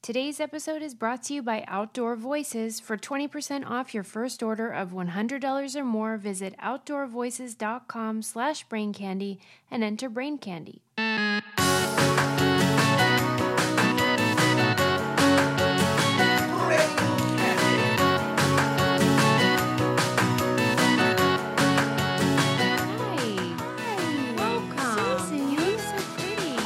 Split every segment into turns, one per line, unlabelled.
Today's episode is brought to you by Outdoor Voices. For 20% off your first order of $100 or more, visit outdoorvoices.com slash braincandy and enter braincandy. Hi. Welcome.
Susan.
You look so pretty.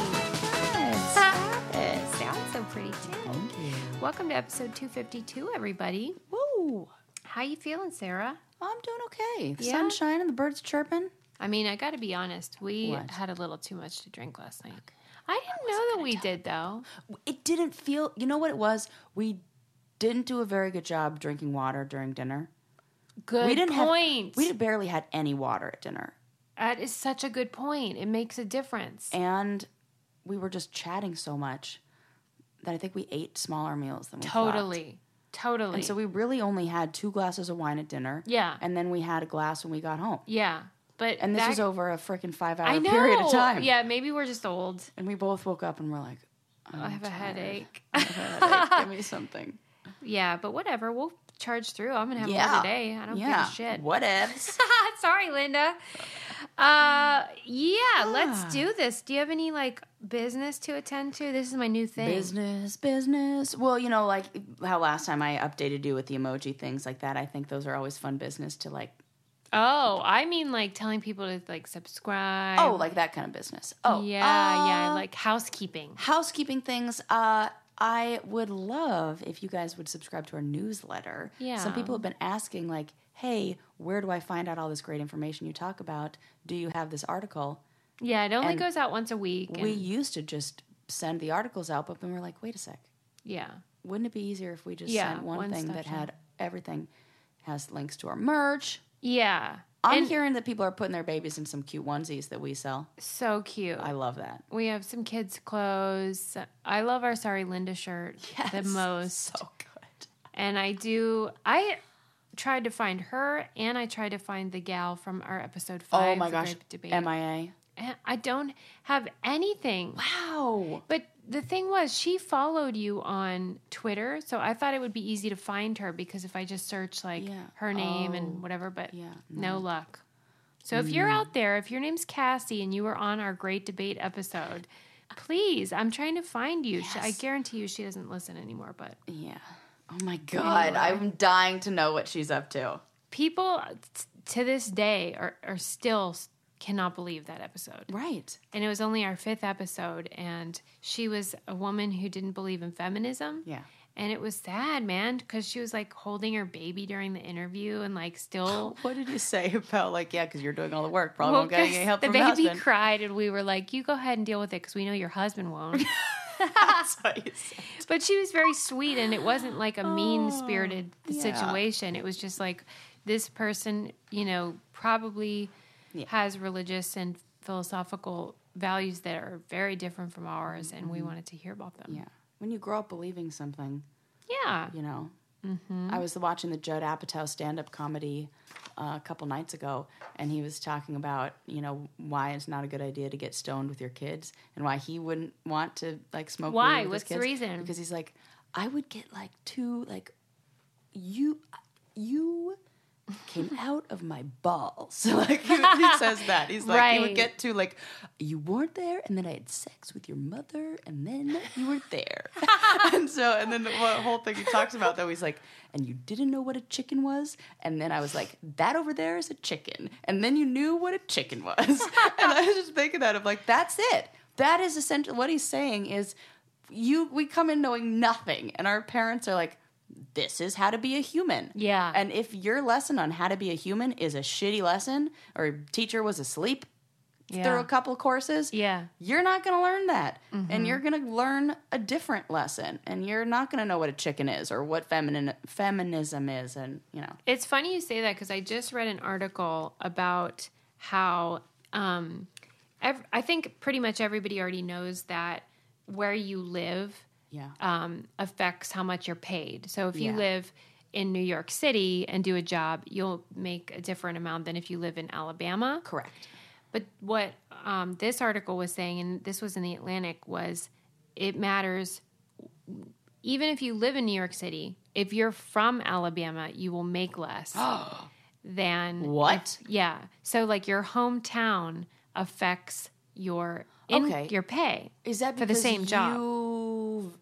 Stop it.
Sounds so pretty, too.
Thank you.
Welcome to episode 252, everybody.
Woo.
How you feeling, Sarah?
I'm doing okay. The
Yeah?
sun's shining, the birds chirping.
I mean, I got to be honest. We
What?
had a little too much to drink last night. I didn't know that we did, though.
It didn't feel, you know what it was? We didn't do a very good job drinking water during dinner.
Good
we didn't
point.
have, we barely had any water at dinner.
that is such a good point. It makes a difference.
And we were just chatting so much that I think we ate smaller meals than we thought.
Totally. Totally.
And so we really only had two glasses of wine at dinner.
Yeah.
And then we had a glass when we got home.
yeah. But
And this
that,
was over a freaking five
I
hour
know.
period of time.
Yeah, maybe we're just old.
And we both woke up and were like, I'm
I have a
Oh, tired.
headache.
I have a headache. Give me something.
yeah, but whatever. We'll charge through. I'm gonna have more
Yeah.
today. I don't give a shit.
What ifs?
Sorry, Linda. Uh, yeah,
Ah.
let's do this. Do you have any like business to attend to? This is my new thing.
business, business. Well, you know, like how last time I updated you with the emoji things like that. I think those are always fun business to like.
Oh, I mean, like telling people to like subscribe.
Oh, like that kind of business. Oh,
yeah,
uh,
yeah, like housekeeping.
housekeeping things. Uh, I would love if you guys would subscribe to our newsletter.
Yeah.
Some people have been asking, like, hey, where do I find out all this great information you talk about? Do you have this article?
Yeah, it only
and
goes out once a week. And,
We used to just send the articles out, but then we're like, wait a sec.
yeah,
Wouldn't it be easier if we just
Yeah,
sent one,
one
thing that
section.
had everything, has links to our merch?
yeah,
I'm
And-
hearing that people are putting their babies in some cute onesies that we sell.
so cute.
I love that.
we have some kids' clothes. I love our Sorry Linda shirt the
Yes,
most.
So good.
And I do. I tried to find her, and I tried to find the gal from our episode
Oh
five.
my gosh.
grape debate.
MIA.
And I don't have anything.
Wow.
But the thing was, she followed you on Twitter, so I thought it would be easy to find her because if I just search like
Yeah. Oh.
her name and whatever, but
Yeah, Mm-hmm.
no luck. So if you're out there, if your name's Cassie and you were on our great debate episode, please, I'm trying to find you. Sh I
Yes.
guarantee you she doesn't listen anymore, but
Yeah. Oh my God. I'm dying to know what she's up to.
people uh, t- to this day are, are still s- cannot believe that episode.
Right.
And it was only our fifth episode, and she was a woman who didn't believe in feminism.
Yeah.
And it was sad, man, because she was like holding her baby during the interview and like still.
What did you say about, like, yeah, because you're doing all the work, probably
Well,
won't get
'cause
any help
the
from
baby
your husband.
cried, and we were like, "You go ahead and deal with it, because we know your husband won't."
That's what you said.
but she was very sweet, and it wasn't like a mean-spirited
Oh, yeah.
situation. It was just like this person, you know, probably
Yeah.
has religious and philosophical values that are very different from ours, and we wanted to hear about them.
Mm-hmm. Yeah. When you grow up believing something,
Yeah.
you know.
Mm-hmm.
I was watching the Judd Apatow stand up comedy uh, a couple nights ago, and he was talking about, you know, why it's not a good idea to get stoned with your kids and why he wouldn't want to, like, smoke
Why?
weed with
What's
his
the
kids.
reason?
Because he's like, I would get, like, two, like, you, you came out of my balls. Like, he, he says that. He's like, he
Right.
would get to, like, you weren't there, and then I had sex with your mother, and then you were there. and so, and then the wha- whole thing he talks about, though, he's like, and you didn't know what a chicken was. And then I was like, that over there is a chicken. And then you knew what a chicken was. and I was just thinking that of like, that's it. That is essentially what he's saying is you, we come in knowing nothing. And our parents are like, this is how to be a human.
Yeah.
And if your lesson on how to be a human is a shitty lesson or teacher was asleep
Yeah.
through a couple courses,
yeah. Mm-hmm.
you're not going to learn that. And you're going to learn a different lesson. And you're not going to know what a chicken is or what feminine feminism is. And, you know,
It's funny you say that because I just read an article about how um, ev- I think pretty much everybody already knows that where you live
yeah.
um, affects how much you're paid. So if you
Yeah.
live in New York City and do a job, you'll make a different amount than if you live in Alabama.
Correct.
But what um, this article was saying, and this was in the Atlantic, was it matters even if you live in New York City, if you're from Alabama, you will make less than
What?
Yeah. So like your hometown affects your in,
Okay.
your pay.
Is that
for the
because
same job?
you-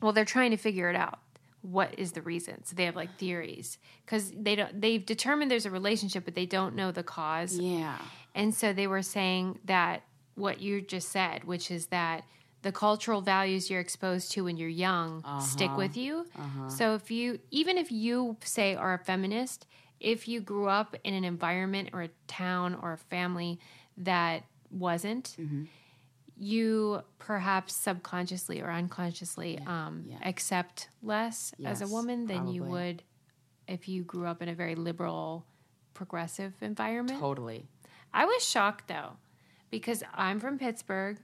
Well, they're trying to figure it out. What is the reason? So they have like theories because they don't. They've determined there's a relationship, but they don't know the cause.
Yeah.
And so they were saying that what you just said, which is that the cultural values you're exposed to when you're young stick
Uh-huh.
with you. So if you, even if you say are a feminist, if you grew up in an environment or a town or a family that wasn't,
Mm-hmm.
you perhaps subconsciously or unconsciously um, accept less as a
Yes,
woman than you
probably.
would if you grew up in a very liberal, progressive environment.
Totally.
I was shocked though, because I'm from Pittsburgh.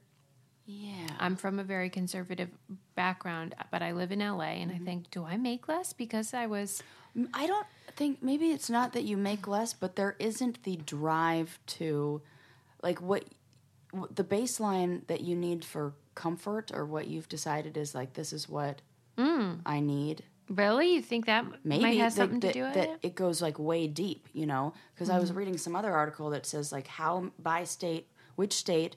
Yeah.
I'm from a very conservative background, but I live in LA, and
Mm-hmm.
I think, do I make less because I was?
M- I don't think maybe it's not that you make less, but there isn't the drive to, like what, w- the baseline that you need for comfort or what you've decided is like this is what
Mm.
I need.
Really, you think that
Maybe
might have
that-
something to
that-
do with
that
it? Mm-hmm.
goes like way deep, you know? Because I was reading some other article that says like how by state, which state.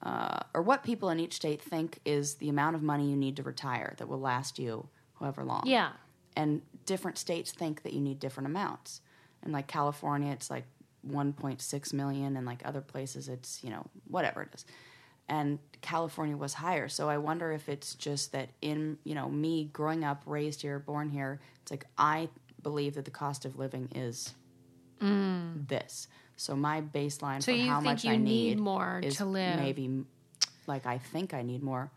Uh, or what people in each state think is the amount of money you need to retire that will last you however long
Yeah,
and different states think that you need different amounts. And like California, it's like 1.6 million, and like other places, it's you know whatever it is. And California was higher, so I wonder if it's just that in you know me growing up, raised here, born here, it's like I believe that the cost of living is this. So my baseline
Mm. So
for
you
how
think
much
you
I
need
need,
more
is
to live.
Maybe like I think I need more.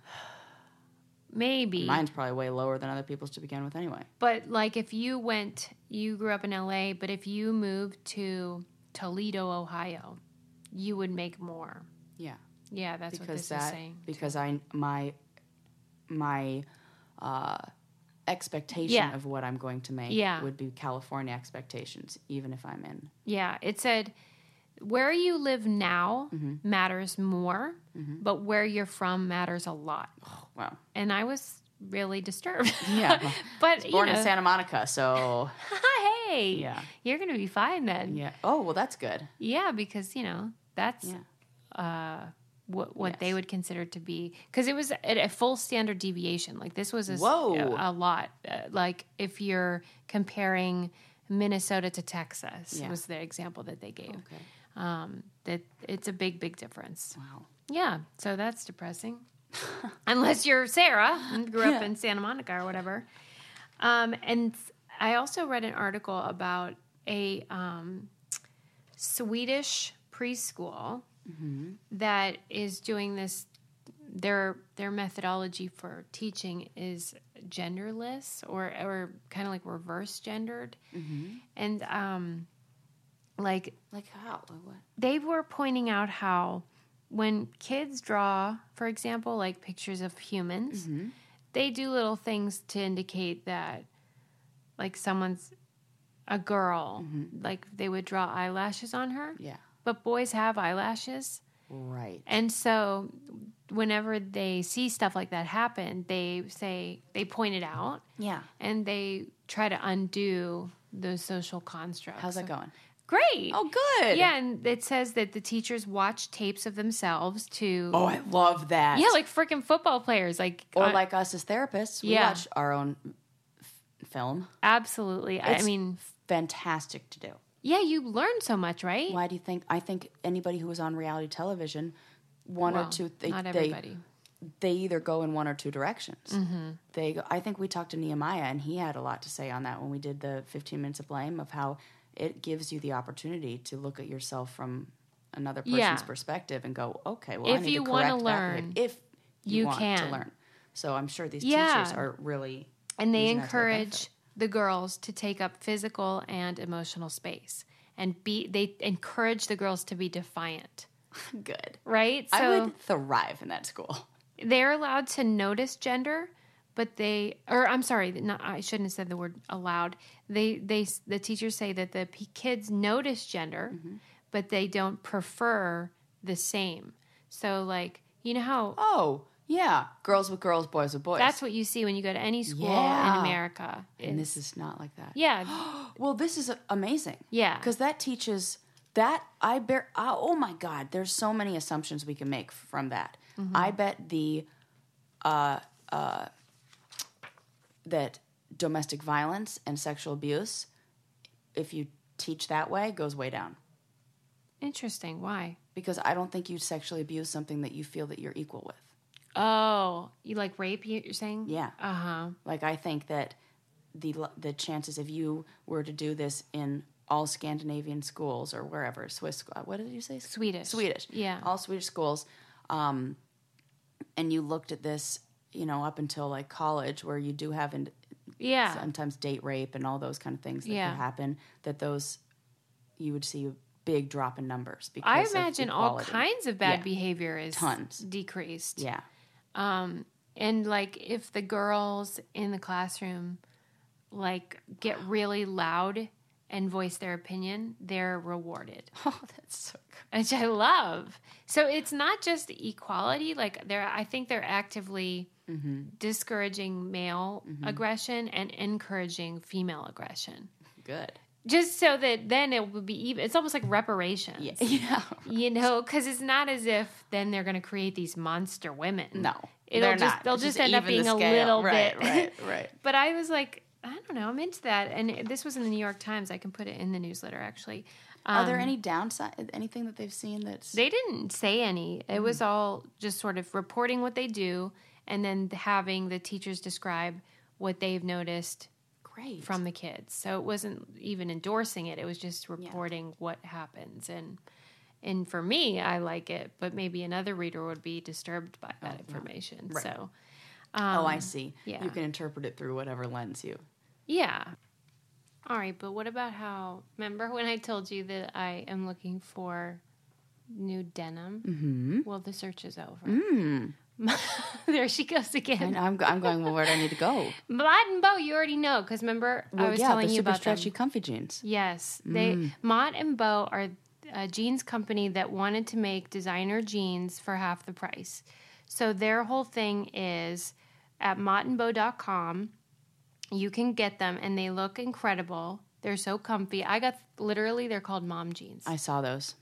maybe.
Mine's probably way lower than other people's to begin with, anyway.
But like, if you went, you grew up in LA, but if you moved to Toledo, Ohio, you would make more.
Yeah.
Yeah, that's what this
because
is
that
saying.
because I my my uh, expectation
Yeah.
of what I'm going to make
Yeah.
would be California expectations, even if I'm in.
Yeah, it said where you live now
Mm-hmm.
matters more, but where you're from matters a lot.
Wow.
And I was really disturbed.
Yeah. well,
but you
Born
know,
in Santa Monica, so
hey,
Yeah.
you're gonna be fine then. Yeah,
yeah. Oh well, that's good.
because you know that's uh,
Yeah.
what, what they
Yes.
would consider to be because it was at a full standard deviation. Like this was a, s-
Whoa.
a, a lot. Uh, like if you're comparing Minnesota to Texas
Yeah.
was the example that they gave.
Okay.
Um, that it's a big, big difference.
Wow.
Yeah, so that's depressing. Unless you're Sarah and grew up in Santa Monica or whatever. Um, and I also read an article about a um, Swedish preschool that is doing this. Their their methodology for teaching is genderless or or kind of like reverse gendered, and um, like
Like how? Like what?
they were pointing out how when kids draw, for example, like pictures of humans,
Mm-hmm.
they do little things to indicate that, like, someone's a girl. Like, they would draw eyelashes on her,
Mm-hmm. Yeah.
but boys have eyelashes.
Right.
And so, whenever they see stuff like that happen, they say, they point it out
Yeah.
and they try to undo those social constructs.
How's that going?
Great.
Oh, good.
Yeah, and it says that the teachers watch tapes of themselves to.
Oh, I love that.
Yeah, like freaking football players. Like,
or
uh,
like us as therapists, we
Yeah.
watch our own f- film.
absolutely. I
It's
mean,
fantastic to do.
yeah, you learn so much, right?
Why do you think? I think anybody who was on reality television, one
Well,
or two, they,
not
they
everybody. Mm-hmm.
they either go in one or two directions. They go, I think we talked to Nehemiah and he had a lot to say on that when we did the 15 minutes of blame of how it gives you the opportunity to look at yourself from another person's
Yeah.
perspective and go, okay, well, I
If
need
you
to
wanna
correct that.
learn,
if you,
you
want
can.
to learn. So I'm sure these
Yeah.
teachers are really
and they
using that to their
encourage
benefit.
the girls to take up physical and emotional space, and be they encourage the girls to be defiant,
good.
right? So
I would thrive in that school.
they're allowed to notice gender but they or i'm sorry not, i shouldn't have said the word allowed they they the teachers say that the p- kids notice gender
Mm-hmm.
but they don't prefer the same so like you know how
Oh, Yeah, girls with girls, boys with boys.
That's what you see when you go to any school
Yeah.
in America.
and this is not like that.
yeah,
Well, this is amazing.
Yeah.
Because that teaches that I bear. I- Oh my God, there's so many assumptions we can make from that. I bet the, uh, uh, that domestic violence and sexual abuse, if you teach that way, goes way down.
interesting. Why?
Because I don't think you sexually abuse something that you feel that you're equal with.
Oh, you like rape? you- You're saying?
Yeah.
Uh huh.
Like I think that the l- the chances if you were to do this in all Scandinavian schools or wherever Swiss sc- uh, what did you say
Swedish.
Swedish
Yeah.
all Swedish schools, um, and you looked at this you know up until like college where you do have in,
Yeah.
sometimes date rape and all those kind of things that
Yeah.
could happen that those you would see a big drop in numbers because
I
of
imagine all
equality.
kinds of bad
Yeah.
behavior is
Tons.
decreased.
yeah
And like if the girls in the classroom like get really loud and voice their opinion, they're rewarded.
oh that's so good
which I love. So it's not just equality; like they're, I think they're actively discouraging male aggression and encouraging female aggression,
good
just so that then it would be even. It's almost like reparations,
yeah yeah
you know, because it's not as if then they're going to create these monster women.
no
it'll
they're
just
not.
they'll
It's
just, end up
even
being
the
a
scale.
little
right,
bit
right right
but I was like, I don't know, I'm into that. And this was in the New York Times. I can put it in the newsletter actually.
Are there any downside? Anything that they've seen that's
um, They didn't say any. It was all just sort of reporting what they do and then having the teachers describe what they've noticed
great?
from the kids. So it wasn't even endorsing it. It was just reporting what happens and and for me, I like it, but maybe another reader would be disturbed by that information. So,
oh, I see.
um, yeah.
you can interpret it through whatever lens you.
yeah. All right, but what about how remember when I told you that I am looking for new denim? Mm-hmm. Well, the search is over.
Mm.
there she goes again.
And I'm, go- I'm going. Well, where do I need to go?
Mod and Bo, you already know because remember I
Well,
was
yeah,
telling
the
you
super
about
stretchy
them.
comfy jeans.
Yes, they
Mm.
Mod and Bo are a jeans company that wanted to make designer jeans for half the price. So their whole thing is at modandbo.com. You can get them and they look incredible. They're so comfy. I got literally they're called mom jeans. I,
I saw those.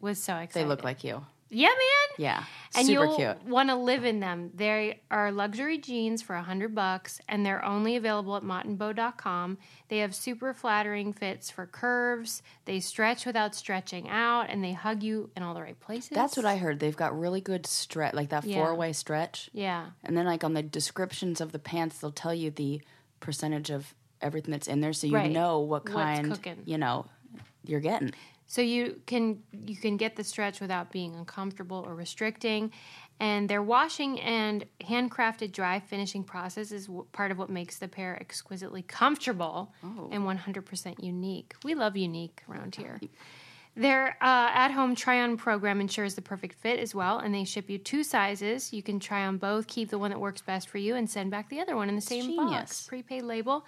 was so
They
excited.
look like you.
Yeah, man
Yeah,
and
super
you'll
cute.
want to live in them. They are luxury jeans for a hundred bucks, and they're only available at mottandbow.com. They have super flattering fits for curves. They stretch without stretching out, and they hug you in all the right places.
That's what I heard. They've got really good stretch, like that
Yeah.
four way stretch.
Yeah,
And then, like on the descriptions of the pants, they'll tell you the percentage of everything that's in there, so you
Right.
know what
What's
kind
cooking.
you know you're getting.
so you can you can get the stretch without being uncomfortable or restricting. And their washing and handcrafted dry finishing process is w- part of what makes the pair exquisitely comfortable and 100% unique. We love unique around here. Their uh, at home try on program ensures the perfect fit as well, and they ship you two sizes. You can try on both, keep the one that works best for you, and send back the other one in the same box.
genius.
Prepaid label.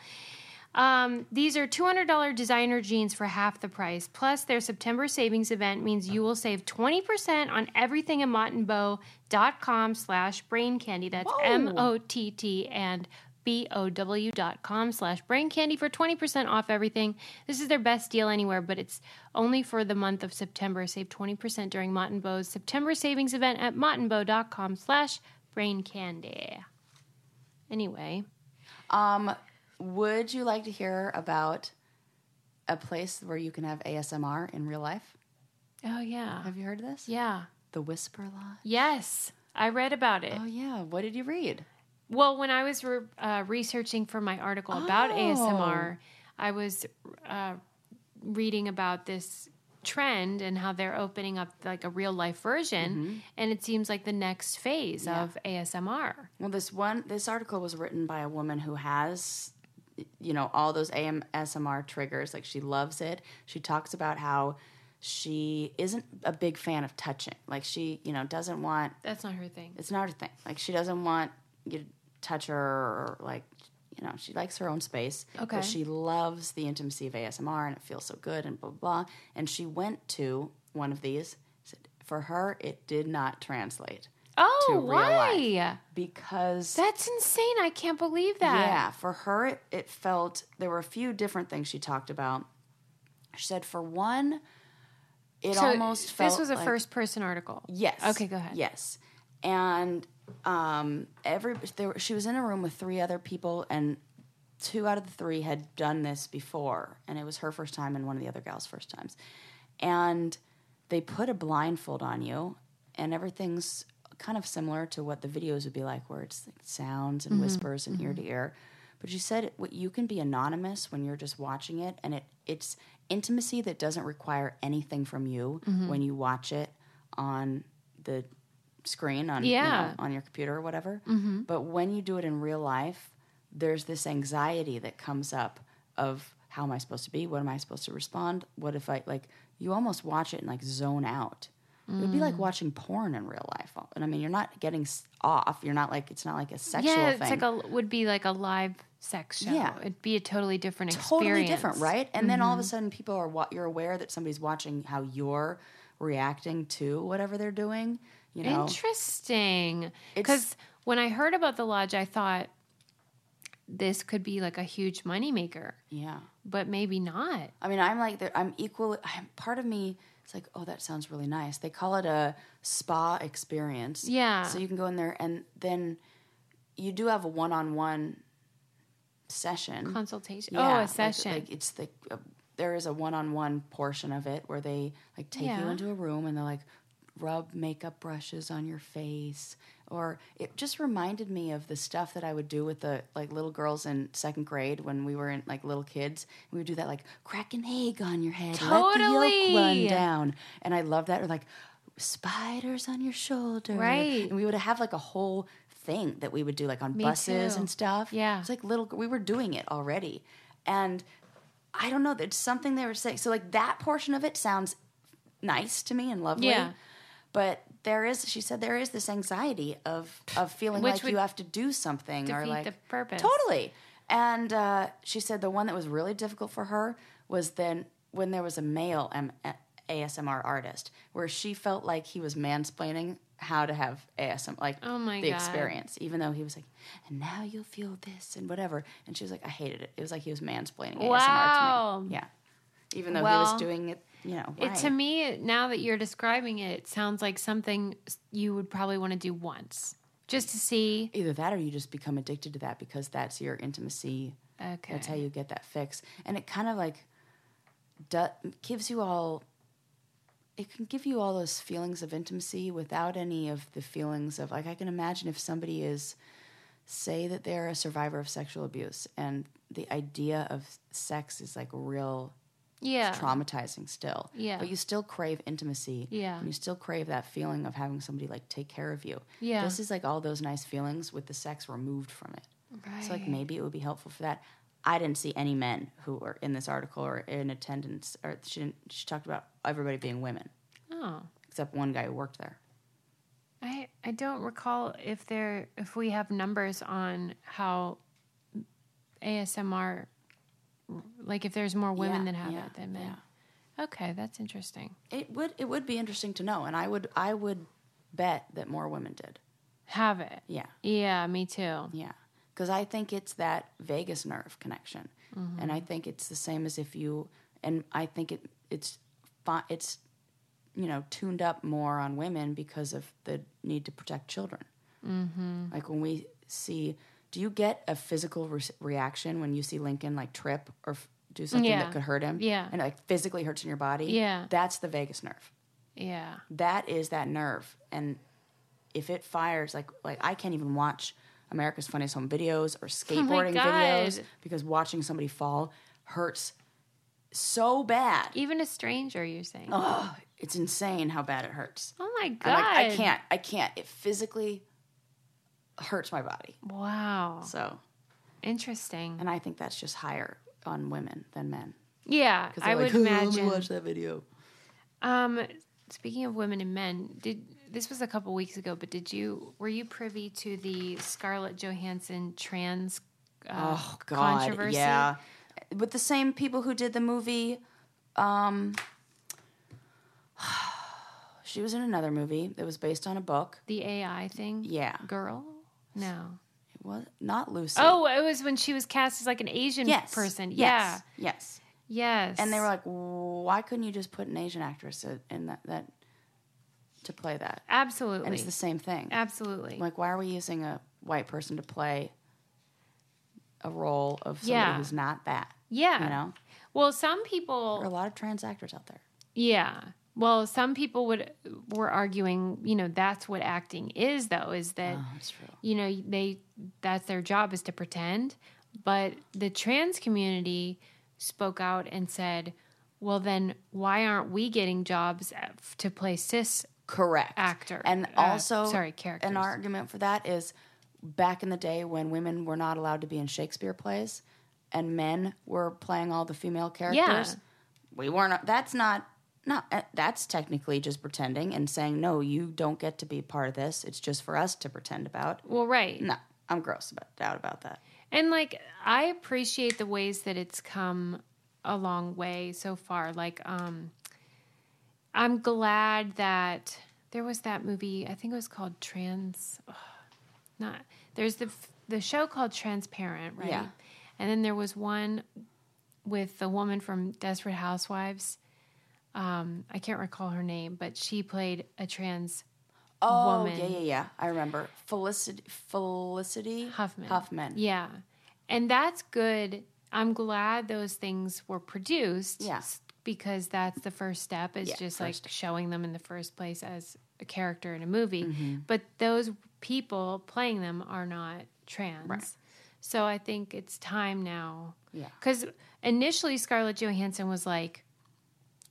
Um, these are $200 designer jeans for half the price. Plus, their September savings event means you will save 20% on everything at mottandbow.com slash brain candy. That's M-O-T-T and B-O-W dot com slash brain candy for 20% off everything. This is their best deal anywhere, but it's only for the month of September. Save 20% during Mott and Bow's September savings event at mottandbow.com slash brain candy. Anyway,
Um, would you like to hear about a place where you can have ASMR in real life?
oh yeah.
Have you heard of this?
Yeah.
The Whisper Lodge.
Yes, I read about it.
Oh yeah. What did you read?
Well, when I was re- uh, researching for my article about ASMR,
Oh.
I was uh, reading about this trend and how they're opening up like a real life version,
Mm-hmm.
and it seems like the next phase of ASMR.
Well, this one this article was written by a woman who has you know all those ASMR triggers. Like she loves it. She talks about how she isn't a big fan of touching. Like she, you know, doesn't want
That's not her thing.
it's not her thing. Like she doesn't want you to touch her or like you know, she likes her own space.
Okay.
But she loves the intimacy of ASMR and it feels so good and blah blah. blah. And she went to one of these. Said, For her, it did not translate.
Oh,
to real life.
why?
because
That's insane. I can't believe that.
yeah, for her it, it felt there were a few different things she talked about. She said for one, it
So
almost felt
this was a
like-
first person article.
Yes.
Okay, go ahead.
Yes, and um, every there, were- she was in a room with three other people, and two out of the three had done this before, and it was her first time and one of the other gals' first times, and they put a blindfold on you, and everything's kind of similar to what the videos would be like, where it's like sounds and whispers and ear to ear. But she said what you can be anonymous when you're just watching it, and it it's intimacy that doesn't require anything from you when you watch it on the screen on you know,
Yeah.
on your computer or whatever.
Mm-hmm.
But when you do it in real life, there's this anxiety that comes up of how am I supposed to be? What am I supposed to respond? What if I like you almost watch it and like zone out. It would be
Mm.
like watching porn in real life. And I mean, you're not getting s- off. You're not like it's not like a sexual
yeah, it's
thing.
like a would be like a live sex show.
Yeah.
It'd be a totally different
totally
experience. Mm-hmm.
different, right? And then all of a sudden, people are wa- you're aware that somebody's watching how you're reacting to whatever they're doing. You know,
Interesting.
It's-
Because when I heard about the lodge, I thought this could be like a huge moneymaker,
yeah.
but maybe not.
I mean, I'm like, I'm equally, I'm, part of me, it's like, oh, that sounds really nice. They call it a spa experience.
Yeah.
So you can go in there and then you do have a one on one session.
Consultation.
Mm. Yeah,
oh,
like-
a session.
Like, it's the, uh, there is a one on one portion of it where they like take you
Yeah.
into a room and they're like, rub makeup brushes on your face. Or it just reminded me of the stuff that I would do with the like little girls in second grade when we were in like little kids. We would do that like crack an egg on your head, let the yolk run
Totally.
down. And I love that. Or like spiders on your shoulder.
Right.
And we would have like a whole thing that we would do like on buses
too.
and stuff.
Yeah.
It's like little, we were doing it already. And I don't know, it's something they were saying. So, like, that portion of it sounds nice to me and lovely.
Yeah.
But there is, she said, there is this anxiety of, of feeling
Which
like
would
you have to do something or
defeat
like
the purpose.
Totally. And uh, she said the one that was really difficult for her was then when there was a male M- ASMR artist where she felt like he was mansplaining how to have ASM like
Oh my
the
God.
experience, even though he was like, and now you'll feel this and whatever. And she was like, I hated it. It was like he was mansplaining ASMR
Wow.
to me. Yeah. Even though he
Well,
was doing it, you know,
It,
right.
to me, now that you're describing it, it sounds like something s- you would probably want to do once just to see.
either that or you just become addicted to that because that's your intimacy
Okay.
That's how you get that fix. And it kind of like du- gives you all, it can give you all those feelings of intimacy without any of the feelings of like, I can imagine if somebody is, say that they're a survivor of sexual abuse and the idea of sex is like real
yeah.
it's traumatizing still.
Yeah.
But you still crave intimacy.
Yeah.
And you still crave that feeling of having somebody like take care of you.
Yeah.
This is like all those nice feelings with the sex removed from it. So like
Right.
maybe it would be helpful for that. I didn't see any men who were in this article or in attendance or she didn't, she talked about everybody being women
Oh.
except one guy who worked there.
I, I don't recall if there if we have numbers on how ASMR like if there's more women
Yeah,
that have
yeah,
it than men. Okay, that's interesting.
It would it would be interesting to know and I would I would bet that more women did.
Have it.
Yeah.
Yeah, me too.
Yeah. Because I think it's that vagus nerve connection.
Mm-hmm.
And I think it's the same as if you, and I think it, it's, fi- it's, you know, tuned up more on women because of the need to protect children. Mm-hmm. Like when we see, do you get a physical re- reaction when you see Lincoln like trip or f- do something
Yeah.
that could hurt him?
Yeah.
And it like physically hurts in your body?
Yeah.
That's the vagus nerve
Yeah.
that is that nerve and if it fires like like i can't even watch america's funniest home videos or skateboarding
Oh God.
videos because watching somebody fall hurts so bad
Even a stranger you're saying. Oh,
oh it's insane how bad it hurts
my god.
I'm like, i can't i can't it physically hurts my body
Wow.
so
Interesting.
and i think that's just higher on women than men
Yeah,
'Cause they're
I
like,
would
"Oh, let me
imagine.
watch that video
Um, speaking of women and men, did this was a couple weeks ago, but did you were you privy to the Scarlett Johansson trans uh,
oh god
controversy?
yeah with the same people who did the movie um She was in another movie that was based on a book.
The AI thing?
Yeah.
Girl? No.
It was not Lucy.
Oh, it was when she was cast as like an Asian
yes.
person.
Yes. Yes.
Yeah. Yes.
And they were like, why couldn't you just put an Asian actress in- in that, that to play that?
Absolutely.
And it's the same thing.
Absolutely.
Like, why are we using a white person to play a role of somebody
Yeah.
who's not that?
yeah.
You know?
Well, some
There are
people
a lot of trans actors out there.
Yeah. Well, some people would were arguing, you know, that's what acting is though, is that
Oh, that's true.
you know they that's their job is to pretend but the trans community spoke out and said well then why aren't we getting jobs eh, f- to play cis
Correct.
Actor.
And
Uh,
also,
sorry, characters.
An argument for that is back in the day when women were not allowed to be in Shakespeare plays and men were playing all the female characters. We weren't, that's not. Not uh, that's technically just pretending and saying no. You don't get to be part of this. It's just for us to pretend about.
well right
No, I'm gross about out about that.
and like i appreciate the ways that it's come a long way so far like um i'm glad that there was that movie i think it was called trans not there's the f- the show called Transparent, right?
Yeah.
And then there was one with the woman from Desperate Housewives. Um, I can't recall her name, but she played a trans.
Oh
woman.
yeah, yeah, yeah. I remember Felicity Felicity
Huffman.
Huffman.
Yeah, and that's good. I'm glad those things were produced.
Yeah.
s- because that's the first step. Is
Yeah,
just like showing them in the first place as a character in a movie. But those people playing them are not trans. So I think it's time now
Yeah.
Because initially Scarlett Johansson was like,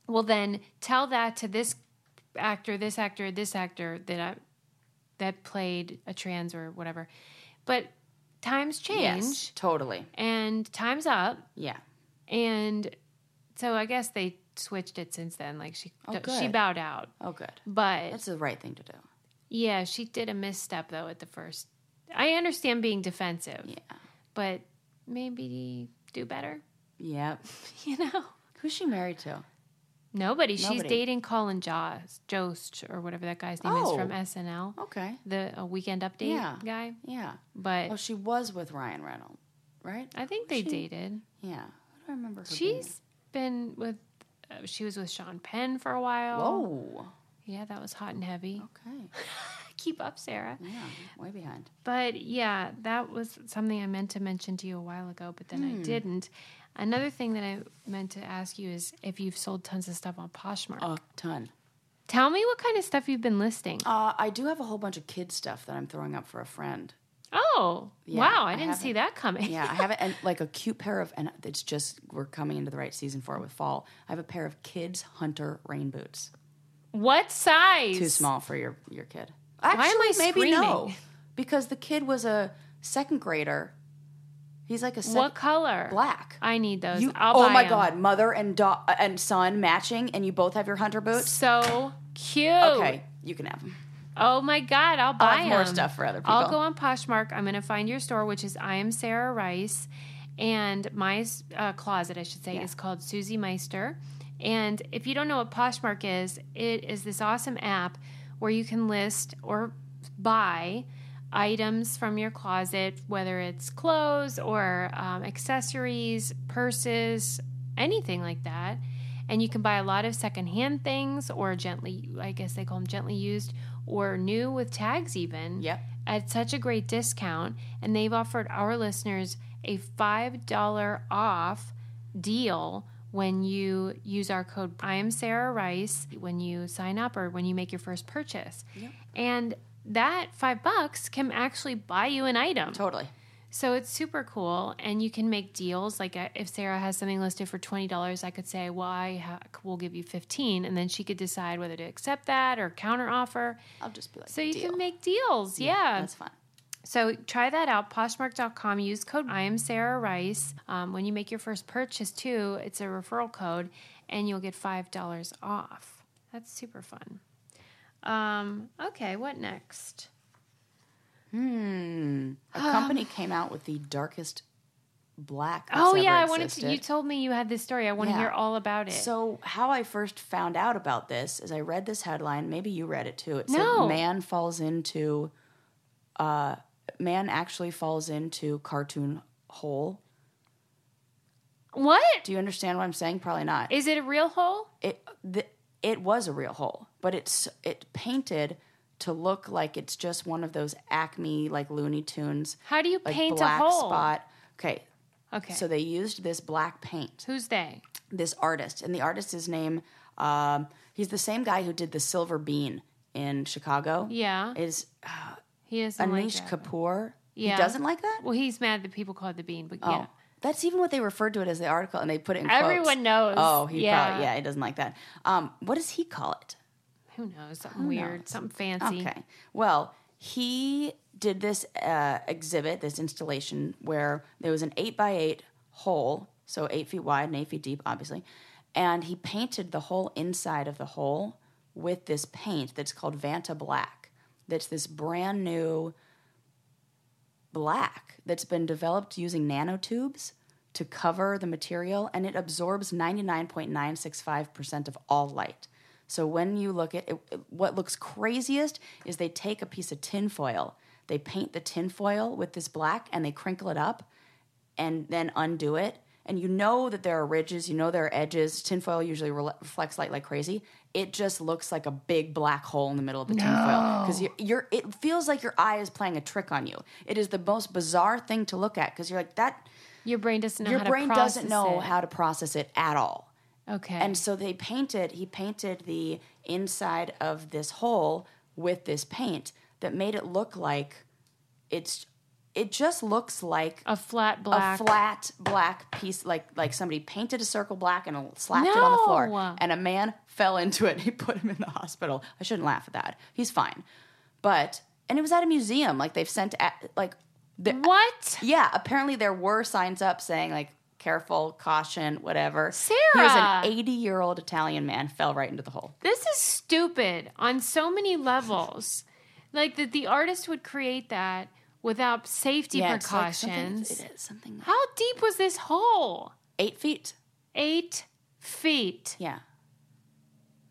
"Well, then tell that to this actor, this actor, this actor that I, that played a trans or whatever." But times change,
Yes, totally.
and times up,
Yeah.
and so I guess they switched it since then. Like she she
good.
bowed out,
Oh, good.
but
That's the right thing to do.
yeah, she did a misstep though at the first. I understand being defensive,
Yeah.
but maybe do better,
Yeah.
you know.
Who's she married to?
Nobody. She's
Nobody.
dating Colin Jost, Jost or whatever that guy's name is
Oh.
from SNL,
Okay.
the uh, Weekend Update
Yeah.
guy.
Yeah.
But
Oh, she was with Ryan Reynolds, right?
I think they
she-
dated.
Yeah. Who do I remember? Her being with?
She's been with. Uh, she was with Sean Penn for a while.
Whoa. Oh.
Yeah, that was hot and heavy.
Okay.
Keep up, Sarah.
Yeah. Way behind.
But yeah, that was something I meant to mention to you a while ago, but then I
Hmm.
didn't. Another thing that I meant to ask you is if you've sold tons of stuff on Poshmark.
A ton.
Tell me what kind of stuff you've been listing.
Uh, I do have a whole bunch of kid stuff that I'm throwing up for a friend.
Oh,
Yeah,
wow. I
I
didn't see that coming.
Yeah, I have it, and like a cute pair of, and it's just we're coming into the right season for it with fall. I have a pair of kids hunter rain boots,
What size?
too small for your your kid.
am I
Actually, maybe no,
screaming?
because the kid was a second grader. He's like a second
What color?
black.
I need those.
You,
I'll
oh
buy
my
'em.
god, mother and da- and son matching, and you both have your hunter boots.
So cute.
Okay, you can have them.
Oh my god, I'll buy
I'll have more
'em.
stuff for other
I'll
people.
go on Poshmark. I'm going to find your store, which is I am Sarah Rice, and my uh, closet, I should say, is called Susie Meister. And if you don't know what Poshmark is, it is this awesome app where you can list or buy items from your closet, whether it's clothes or um, accessories, purses, anything like that. And you can buy a lot of secondhand things or gently, I guess they call them gently used or new with tags, even
Yep.
at such a great discount, and they've offered our listeners a $5 off deal when you use our code I am Sarah Rice when you sign up or when you make your first purchase. And that 5 bucks can actually buy you an item.
Totally.
So it's super cool, and you can make deals. Like uh, if Sarah has something listed for twenty dollars, I could say, "Well, I ha- we'll give you 15 and then she could decide whether to accept that or counter offer.
I'll just be like,
So you
deal.
can make deals, yeah.
That's fun.
So try that out. Poshmark.com. Use code I am Sarah Rice um, when you make your first purchase too. It's a referral code, and you'll get five dollars off. That's super fun. Um, okay, what next? um,
A company came out with the darkest black. that's
Oh
ever
yeah, I wanted to.
existed.
You told me you had this story. I want to
Yeah.
hear all about it.
So, how I first found out about this is I read this headline. Maybe you read it too. It said
No.
man falls into, uh, man actually falls into cartoon hole.
what
Do you understand what I'm saying? Probably not.
is it? A real hole?
It the, it was a real hole, but it's it painted to look like it's just one of those Acme like Looney Tunes
How do you
like
paint
black
a hole?
spot. Okay,
Okay.
so they used this black paint.
Who's they?
this artist, and the artist is named. Um, he's the same guy who did the Silver Bean in Chicago.
Yeah.
is
He is
Anish
like that.
Kapoor.
Yeah.
He doesn't like that.
Well, he's mad that people call it the bean, but
Oh,
yeah.
that's even what they referred to it as the article, and they put it in. quotes.
Everyone knows.
Oh, he
Yeah.
probably yeah, he doesn't like that. Um, what does he call it?
Who knows? Something weird, something fancy.
Okay. Well, he did this uh, exhibit, this installation, where there was an eight by eight hole, so eight feet wide and eight feet deep, obviously, and he painted the whole inside of the hole with this paint that's called Vanta Black. That's this brand new black that's been developed using nanotubes to cover the material and it absorbs 99.965% of all light. So when you look at it, what looks craziest is they take a piece of tinfoil, they paint the tinfoil with this black and they crinkle it up and then undo it. And you know that there are ridges, you know there are edges. Tinfoil usually re- reflects light like crazy. It just looks like a big black hole in the middle of the tinfoil because you're, you're. It feels like your eye is playing a trick on you. It is the most bizarre thing to look at because you're like that.
Your brain doesn't know
Your
how
brain
to
doesn't
process
know
it.
how to process it at all.
Okay.
And so they painted, he painted the inside of this hole with this paint that made it look like it's, it just looks like
a flat black.
a flat black piece, like like somebody painted a circle black and slapped it on the
No.
floor, and a man fell into it. and He put him in the hospital. I shouldn't laugh at that. He's fine, but and it was at a museum. Like they've sent at, like the,
What?
yeah. Apparently there were signs up saying like careful, caution, whatever.
Sarah!
here's an eighty year old Italian man fell right into the hole.
This is stupid on so many levels. like that the artist would create that without safety
it's like something-
precautions.
it is something
how deep was this hole?
eight feet.
Eight feet.
Yeah,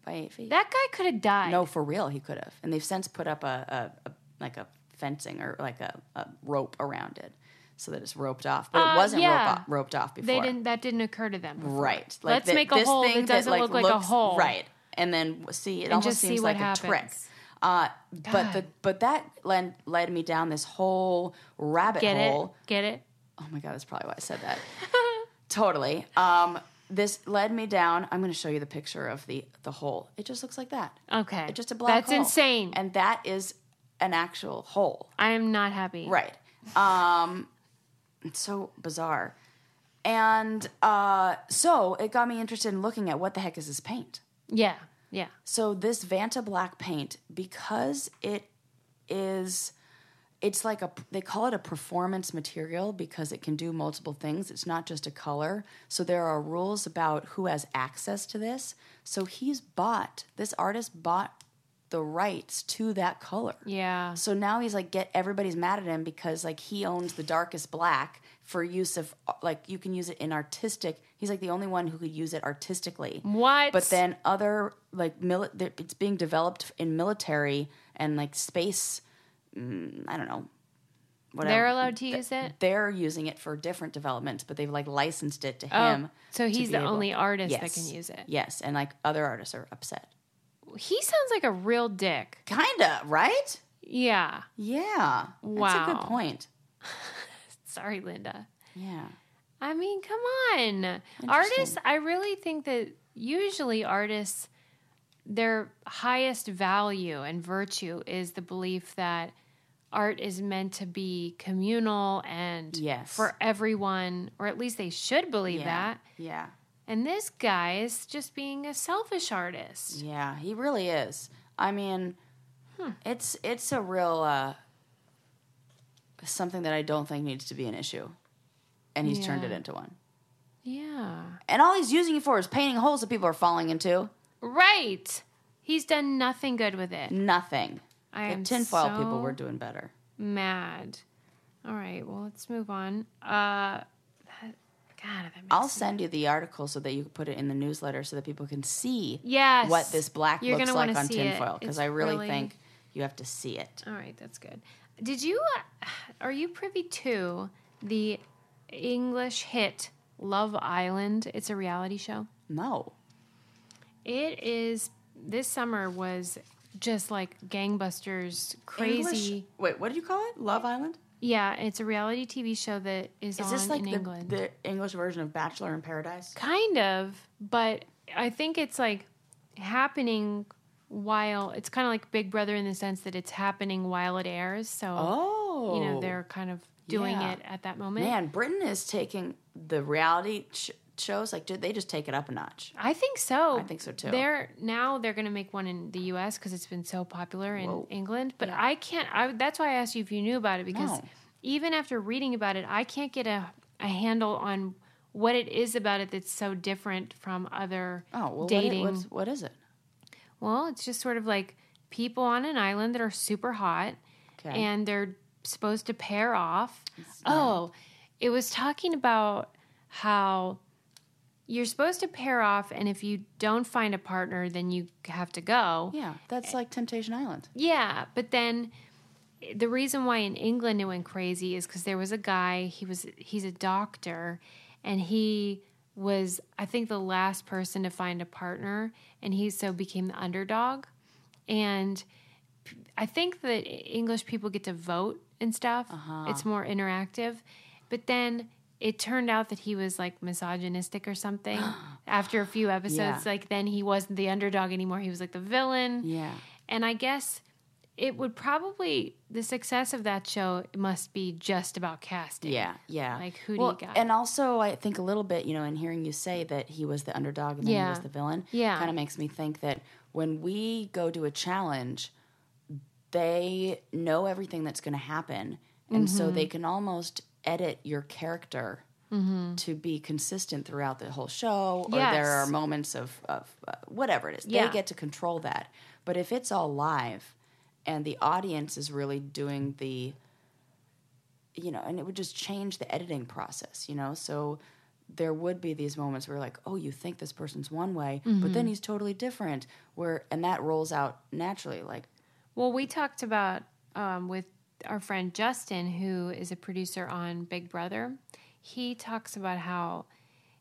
by eight feet.
That guy could have died.
No, for real, he could have. And they've since put up a, a, a like a fencing or like a, a rope around it so that it's roped off. But
Uh,
it wasn't
yeah.
rope off, roped off before.
They didn't. That didn't occur to them. before.
Right.
Let's
thi-
make a
this
hole
thing
that doesn't look like a
looks-
hole.
Right. And then w- see, it almost
just see
seems
what
like a trick.
happens.
Uh, but the but that led, led me down this whole rabbit
Get
hole
it? Get it?
Oh my god, that's probably why I said that. totally. Um, this led me down. I'm going to show you the picture of the the hole. It just looks like that.
Okay.
It's just a black.
That's
hole.
insane.
And that is an actual hole,
I am not happy.
right? Um, it's so bizarre. And uh, so it got me interested in looking at what the heck is this paint.
Yeah. Yeah.
So this Vanta black paint, because it is, it's like a they call it a performance material because it can do multiple things. It's not just a color. So there are rules about who has access to this. So he's bought this artist bought the rights to that color.
Yeah.
So now he's like get everybody's mad at him because like he owns the darkest black for use of like you can use it in artistic. He's like the only one who could use it artistically.
What?
But then other like mili- that it's being developed in military and like space. Mm, I don't know. Whatever.
They're allowed to use it?
They're using it for different developments, but they've like licensed it to him.
Oh, so
to
he's
be
the
able-
only artist that can use it.
Yes, and like other artists are upset.
He sounds like a real dick.
Kinda right?
Yeah.
Yeah. That's a
Wow.
good point.
Sorry, Linda.
Yeah.
I mean, come on. Artists, I really think that usually artists, their highest value and virtue is the belief that art is meant to be communal and
Yes.
for everyone, or at least they should believe that.
Yeah.
And this guy is just being a selfish artist.
Yeah, he really is. I mean,
Hmm.
it's it's a real uh, something that I don't think needs to be an issue, and he's turned
Yeah.
it into one.
Yeah.
And all he's using it for is painting holes that people are falling into.
Right. He's done nothing good with it.
Nothing.
I
the
am
tinfoil people
so-
were doing better.
Mad. All right. Well, let's move on. Uh,
I'll send you the article so that you can put it in the newsletter so that people can see
Yes.
what this black
You're
looks
gonna
like
wanna
on
see it.
tinfoil because
It's
I really,
really-
think you have to see it.
All right, that's good. Did you uh, are you privy to the English hit Love Island? It's a reality show.
No.
It is this summer was just like gangbusters crazy.
English- Wait, what did you call it? Love Island?
Yeah, it's a reality TV show that is,
Is
on
this like
in
the,
England.
the English version of Bachelor in Paradise?
kind of, but I think it's like happening while it's kind of like Big Brother in the sense that it's happening while it airs. So
Oh.
you know they're kind of doing
Yeah.
it at that moment.
Man, Britain is taking the reality sh- shows, like, do they just take it up a notch?
I think so.
I think so, too.
They're now they're going to make one in the U.S. because it's been so popular in
Whoa.
England. But I can't. I, that's why I asked you if you knew about it because
No.
even after reading about it, I can't get a, a handle on what it is about it that's so different from other
Oh, well, what i-
dating.
what's- what is it?
well, it's just sort of like people on an island that are super hot,
Okay.
and they're supposed to pair off. Oh, it was talking about how you're supposed to pair off, and if you don't find a partner, then you have to go.
Yeah,
eh.
that's like Temptation Island.
Yeah, but then eh, the reason why in England it went crazy is because there was a guy. He was he's a doctor, and he was I think the last person to find a partner, and he so became the underdog. And p- I think that E, English people get to vote and stuff. It's more interactive, but then. It turned out that he was like misogynistic or something. After a few episodes,
Yeah.
like then he wasn't the underdog anymore. He was like the villain.
Yeah.
And I guess it would probably the success of that show must be just about casting.
Yeah, yeah.
Like, who do you got?
And also, I think a little bit, you know, in hearing you say that he was the underdog and then he
Yeah.
was the villain,
Yeah.
kind of makes me think that when we go to a challenge, they know everything that's going to happen, and so
Mm-hmm.
they can almost edit your character. To be consistent throughout the whole show, or
Mm-hmm. Yes.
there are moments of, of uh, whatever it is,
Yeah.
they get to control that. But if it's all live, and the audience is really doing the you know, and it would just change the editing process, you know? So there would be these moments where like, oh, you think this person's one way, but
Mm-hmm.
then he's totally different. Where and that rolls out naturally, like
Well, we talked about um, with our friend Justin, who is a producer on Big Brother. He talks about how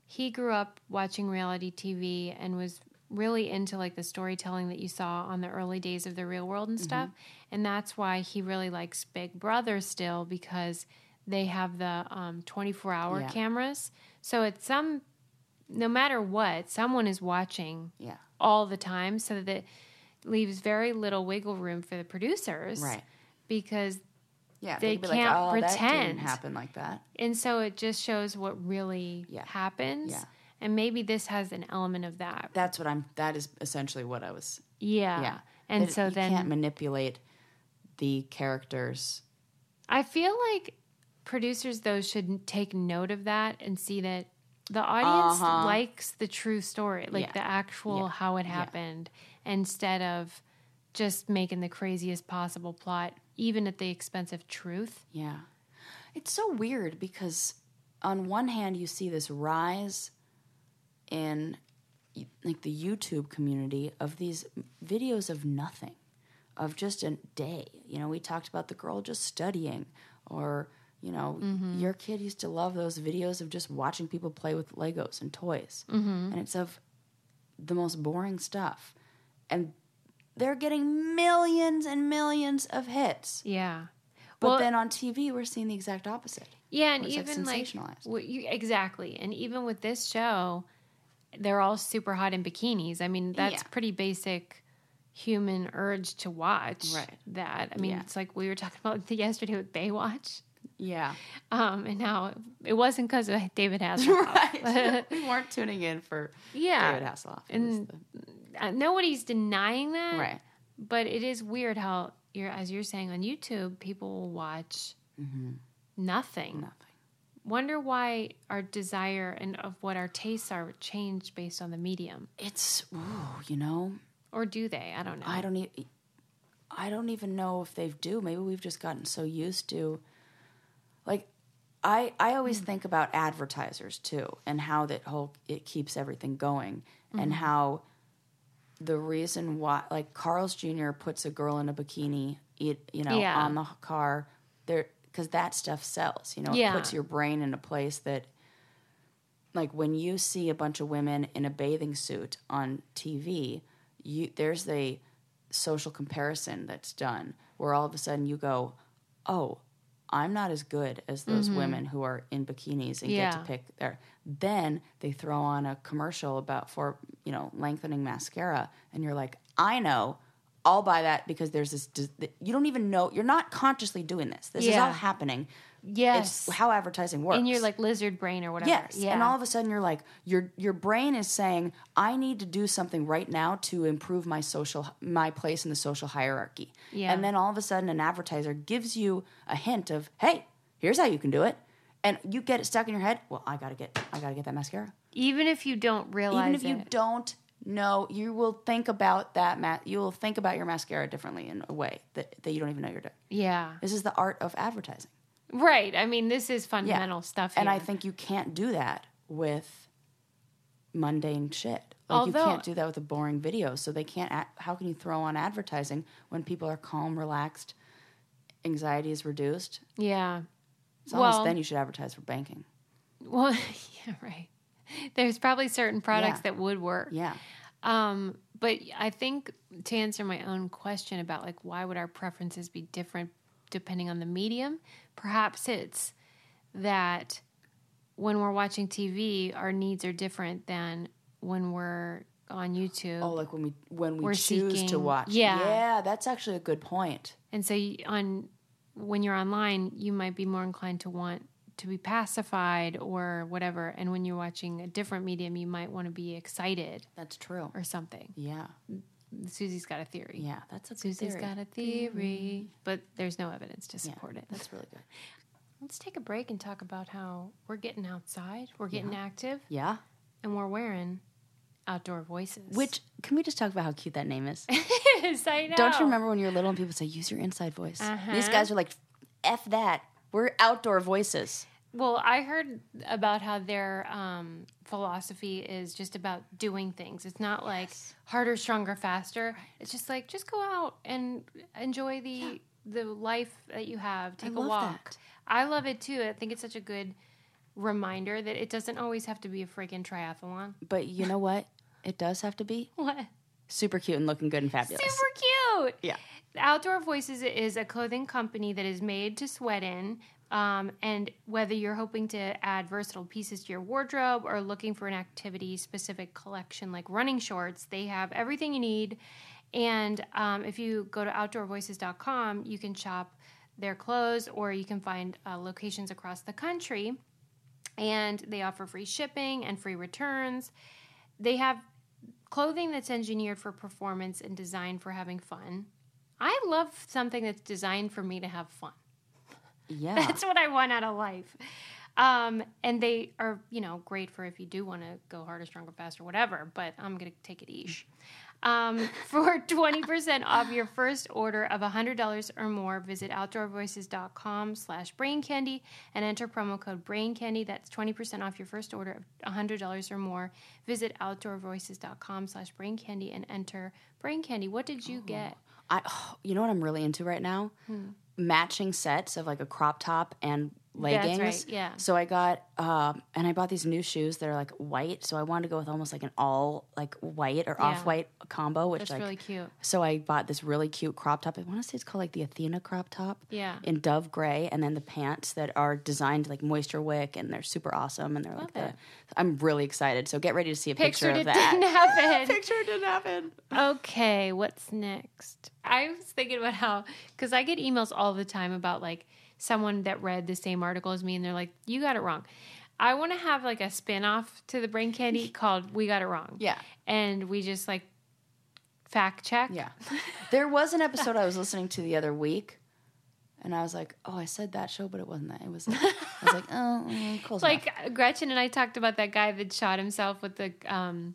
he grew up watching reality TV and was really into like the storytelling that you saw on the early days of the real world and stuff. And that's why he really likes Big Brother still because they have the um, 24 hour
Yeah.
cameras. So it's some, no matter what, someone is watching
yeah,
all the time so that it leaves very little wiggle room for the producers
right,
because
yeah.
They
could
can't
"Oh, That didn't
pretend.
happen like that.
and so it just shows what really
Yeah.
happens
Yeah.
and maybe this has an element of that
That's what I'm. That is essentially what I was.
yeah
Yeah,
and
That
so
you can't
then
manipulate the characters.
i feel like producers though should take note of that and see that the audience
Uh-huh.
likes the true story like
Yeah.
the actual
Yeah.
how it happened instead of just making the craziest possible plot even at the expense of truth
Yeah. It's so weird because on one hand you see this rise in y- like the YouTube community of these videos of nothing, of just a day. You know, we talked about the girl just studying or you know, your kid used to love those videos of just watching people play with Legos and toys. And it's of the most boring stuff. And they're getting millions and millions of hits.
yeah
But
Well-
then on TV, we're seeing the exact opposite.
Yeah, and
it's, like,
even like,
sensationalized.
what you, exactly, and even with this show, they're all super hot in bikinis. I mean, that's
Yeah.
pretty basic human urge to watch
Right.
that. I mean,
Yeah.
it's like we were talking about the yesterday with Baywatch,
Yeah,
um, and how it wasn't because of David Hasselhoff.
right. we weren't tuning in for
Yeah.
David Hasselhoff. It was the-
Uh, Nobody's denying that,
right.
But it is weird how you're, as you're saying on YouTube, people will watch nothing.
Mm-hmm. Nothing.
wonder why our desire and of what our tastes are changed based on the medium
It's ooh, you know,
or do they i don't know
I don't e- I don't even know if they do. Maybe we've just gotten so used to, like, I I always
Hmm.
think about advertisers too, and how that whole it keeps everything going,
Mm-hmm.
and how the reason why like Carl's Jr. puts a girl in a bikini, it, you know,
Yeah.
on the car there because that stuff sells. You know,
Yeah.
it puts your brain in a place that. Like when you see a bunch of women in a bathing suit on TV, you there's a social comparison that's done where all of a sudden you go, "Oh, I'm not as good as those women who are in bikinis and
Mm-hmm.
get
Yeah.
to pick their." Then they throw on a commercial about for you know lengthening mascara, and you're like, "I know." I'll buy that because there's this. dis- th- You don't even know. You're not consciously doing this. This is
Yeah.
all happening.
Yes.
It's how advertising works.
and you're like lizard brain or whatever.
Yes.
Yeah.
And all of a sudden you're like your your brain is saying I need to do something right now to improve my social my place in the social hierarchy.
Yeah.
And then all of a sudden an advertiser gives you a hint of, "Hey, here's how you can do it." And you get it stuck in your head, "Well, I got to get I got to get that mascara."
even if you don't realize
Even if you
it.
don't know, you will think about that ma- you will think about your mascara differently in a way that, that you don't even know you're doing.
Yeah.
This is the art of advertising.
Right. I mean, this is fundamental stuff.
And I
here.
think you can't do that with mundane shit. Like
Although-
you can't do that with a boring video. So they can't. a how can you throw on advertising when people are calm, relaxed, anxiety is reduced?
Yeah.
It's almost
Well-
then you should advertise for banking.
Well, yeah, right. There's probably certain products
Yeah.
that would work.
Yeah,
Um, but I think to answer my own question about like why would our preferences be different depending on the medium, perhaps it's that when we're watching TV, our needs are different than when we're on YouTube.
oh, like when we when we
We're
choose to
seeking-
watch.
yeah.
yeah, that's actually a good point.
And so you, on when you're online, you might be more inclined to want to be pacified or whatever. And when you're watching a different medium, you might want to be excited
That's true.
or something.
Yeah,
Susie's got a theory. Mm-hmm.
yeah, that's a good
Susie's
theory.
got a theory, but there's no evidence to support it.
That's really good.
Let's take a break and talk about how we're getting outside, we're getting active,
Yeah.
and we're wearing outdoor voices.
Which can we just talk about how cute that name is?
is, I know.
Don't you remember when you were little and people say, use your inside voice?
Uh-huh.
These guys are like, F that. We're outdoor voices.
Well, I heard about how their um, philosophy is just about doing things. It's not like harder, stronger, faster. It's just like just go out and enjoy the the life that you have. Take a
love
walk.
that.
I love it too. I think it's such a good reminder that it doesn't always have to be a freaking triathlon.
But you know what? It does have to be
What?
super cute and looking good and fabulous.
Super cute.
Yeah.
Outdoor Voices is a clothing company that is made to sweat in. Um, and whether you're hoping to add versatile pieces to your wardrobe or looking for an activity specific collection like running shorts, they have everything you need. And um, if you go to outdoorvoices.com, you can shop their clothes or you can find uh, locations across the country. And they offer free shipping and free returns. They have clothing that's engineered for performance and designed for having fun. I love something that's designed for me to have fun.
Yeah.
That's what I want out of life. Um, and they are, you know, great for if you do want to go harder, stronger, faster, whatever, but I'm going to take it easy. Um, for 20% off your first order of $100 or more, visit outdoorvoices.com slash brain candy and enter promo code brain candy. That's 20% off your first order of $100 or more. Visit outdoorvoices.com slash brain candy and enter brain candy. What did you get?
I, oh, you know what I'm really into right now? Matching sets of like a crop top and leggings.
Hmm. right, yeah.
So I got, um, and I bought these new shoes that are like white. So I wanted to go with almost like an all like white or off white combo, which
That's
like
really cute.
So I bought this really cute crop top. I want to say it's called like the Athena crop top.
Yeah.
In dove gray, and then the pants that are designed like moisture wick, and they're super awesome. And they're like the.
it.
I'm really excited. So get ready to see a picture
Pictured it
of
didn't
that.
happen.
Picture it didn't happen.
Okay, what's next? I was thinking about how, because I get emails all the time about like someone that read the same article as me and they're like, you got it wrong. I want to have like a spin off to the brain candy called We Got It Wrong.
Yeah.
And we just like fact check.
Yeah. there was an episode I was listening to the other week, and I was like, "Oh, I said that show, but it wasn't that. It was." I was like, "Oh, mm, close enough."
Like Gretchen and I talked about that guy that shot himself with the um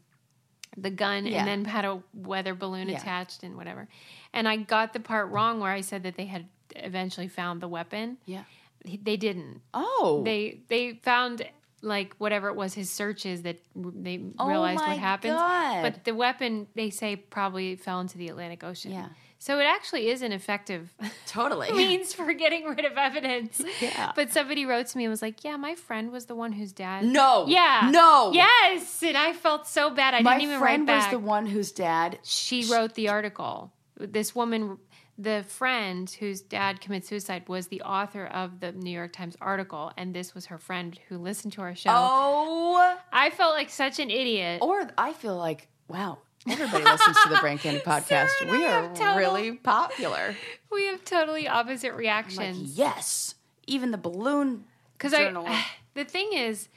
the gun
Yeah.
and then had a weather balloon
Yeah.
attached and whatever. And I got the part wrong where I said that they had eventually found the weapon.
Yeah.
he- they didn't.
Oh,
They they found like whatever it was his searches that r- they
Oh
realized
my
what happened.
God.
But the weapon they say probably fell into the Atlantic Ocean.
Yeah.
So it actually is an effective
totally.
means for getting rid of evidence.
Yeah.
But somebody wrote to me and was like, "Yeah, my friend was the one whose dad."
no.
Yeah.
No.
Yes, and I felt so bad. I
My
didn't even write
friend was
back.
the one whose dad.
she wrote the article. This woman, the friend whose dad committed suicide, was the author of the New York Times article, and this was her friend who listened to our show.
Oh.
I felt like such an idiot.
Or I feel like wow. Everybody listens to the Brain Candy
Sarah
podcast.
and
we
I
are
have total-
really popular.
We have totally opposite
Like
reactions.
yes, even the balloon.
because
journal.
I the thing is,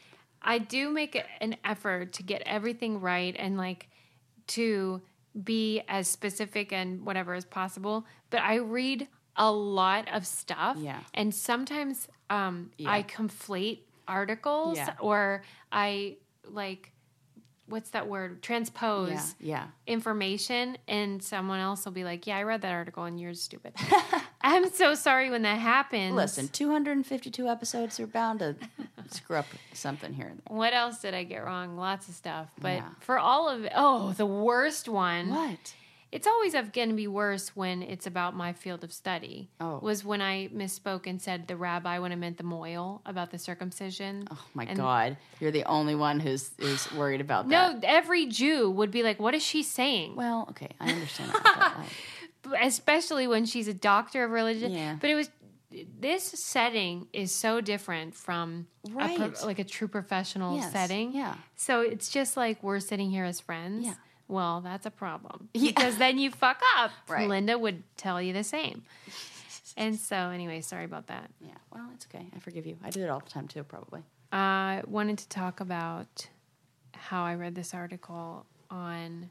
I do make a- an effort to get everything right and like to be as specific and whatever as possible. But I read a lot of stuff,
Yeah.
and sometimes um, I conflate articles
Yeah.
or I like what's that word transpose
Yeah. Yeah.
information and someone else will be like yeah i read that article and you're stupid i'm so sorry when that happens
Listen, 252 episodes are bound to screw up something here and there.
What else did I get wrong? Lots of stuff. But
Yeah.
for all of oh, the worst one.
What?
It's always going to be worse when it's about my field of study.
Oh.
Was when I misspoke and said the rabbi when I meant the moil about the circumcision.
Oh my
And-
God. You're the only one who's is worried about that.
No, every Jew would be like, "What is she saying?"
Well, okay, I understand that. but, like,
Especially when she's a doctor of religion.
Yeah.
But it was this setting is so different from a pro-
Right.
like a true professional
Yes,
setting.
yeah.
So it's just like we're sitting here as friends.
Yeah.
Well, that's a problem
Yeah.
because then you fuck up.
Right.
Linda would tell you the same. And so, anyway, sorry about that.
yeah, well, it's okay. I forgive you. I do it all the time too, probably.
I Uh, wanted to talk about how I read this article on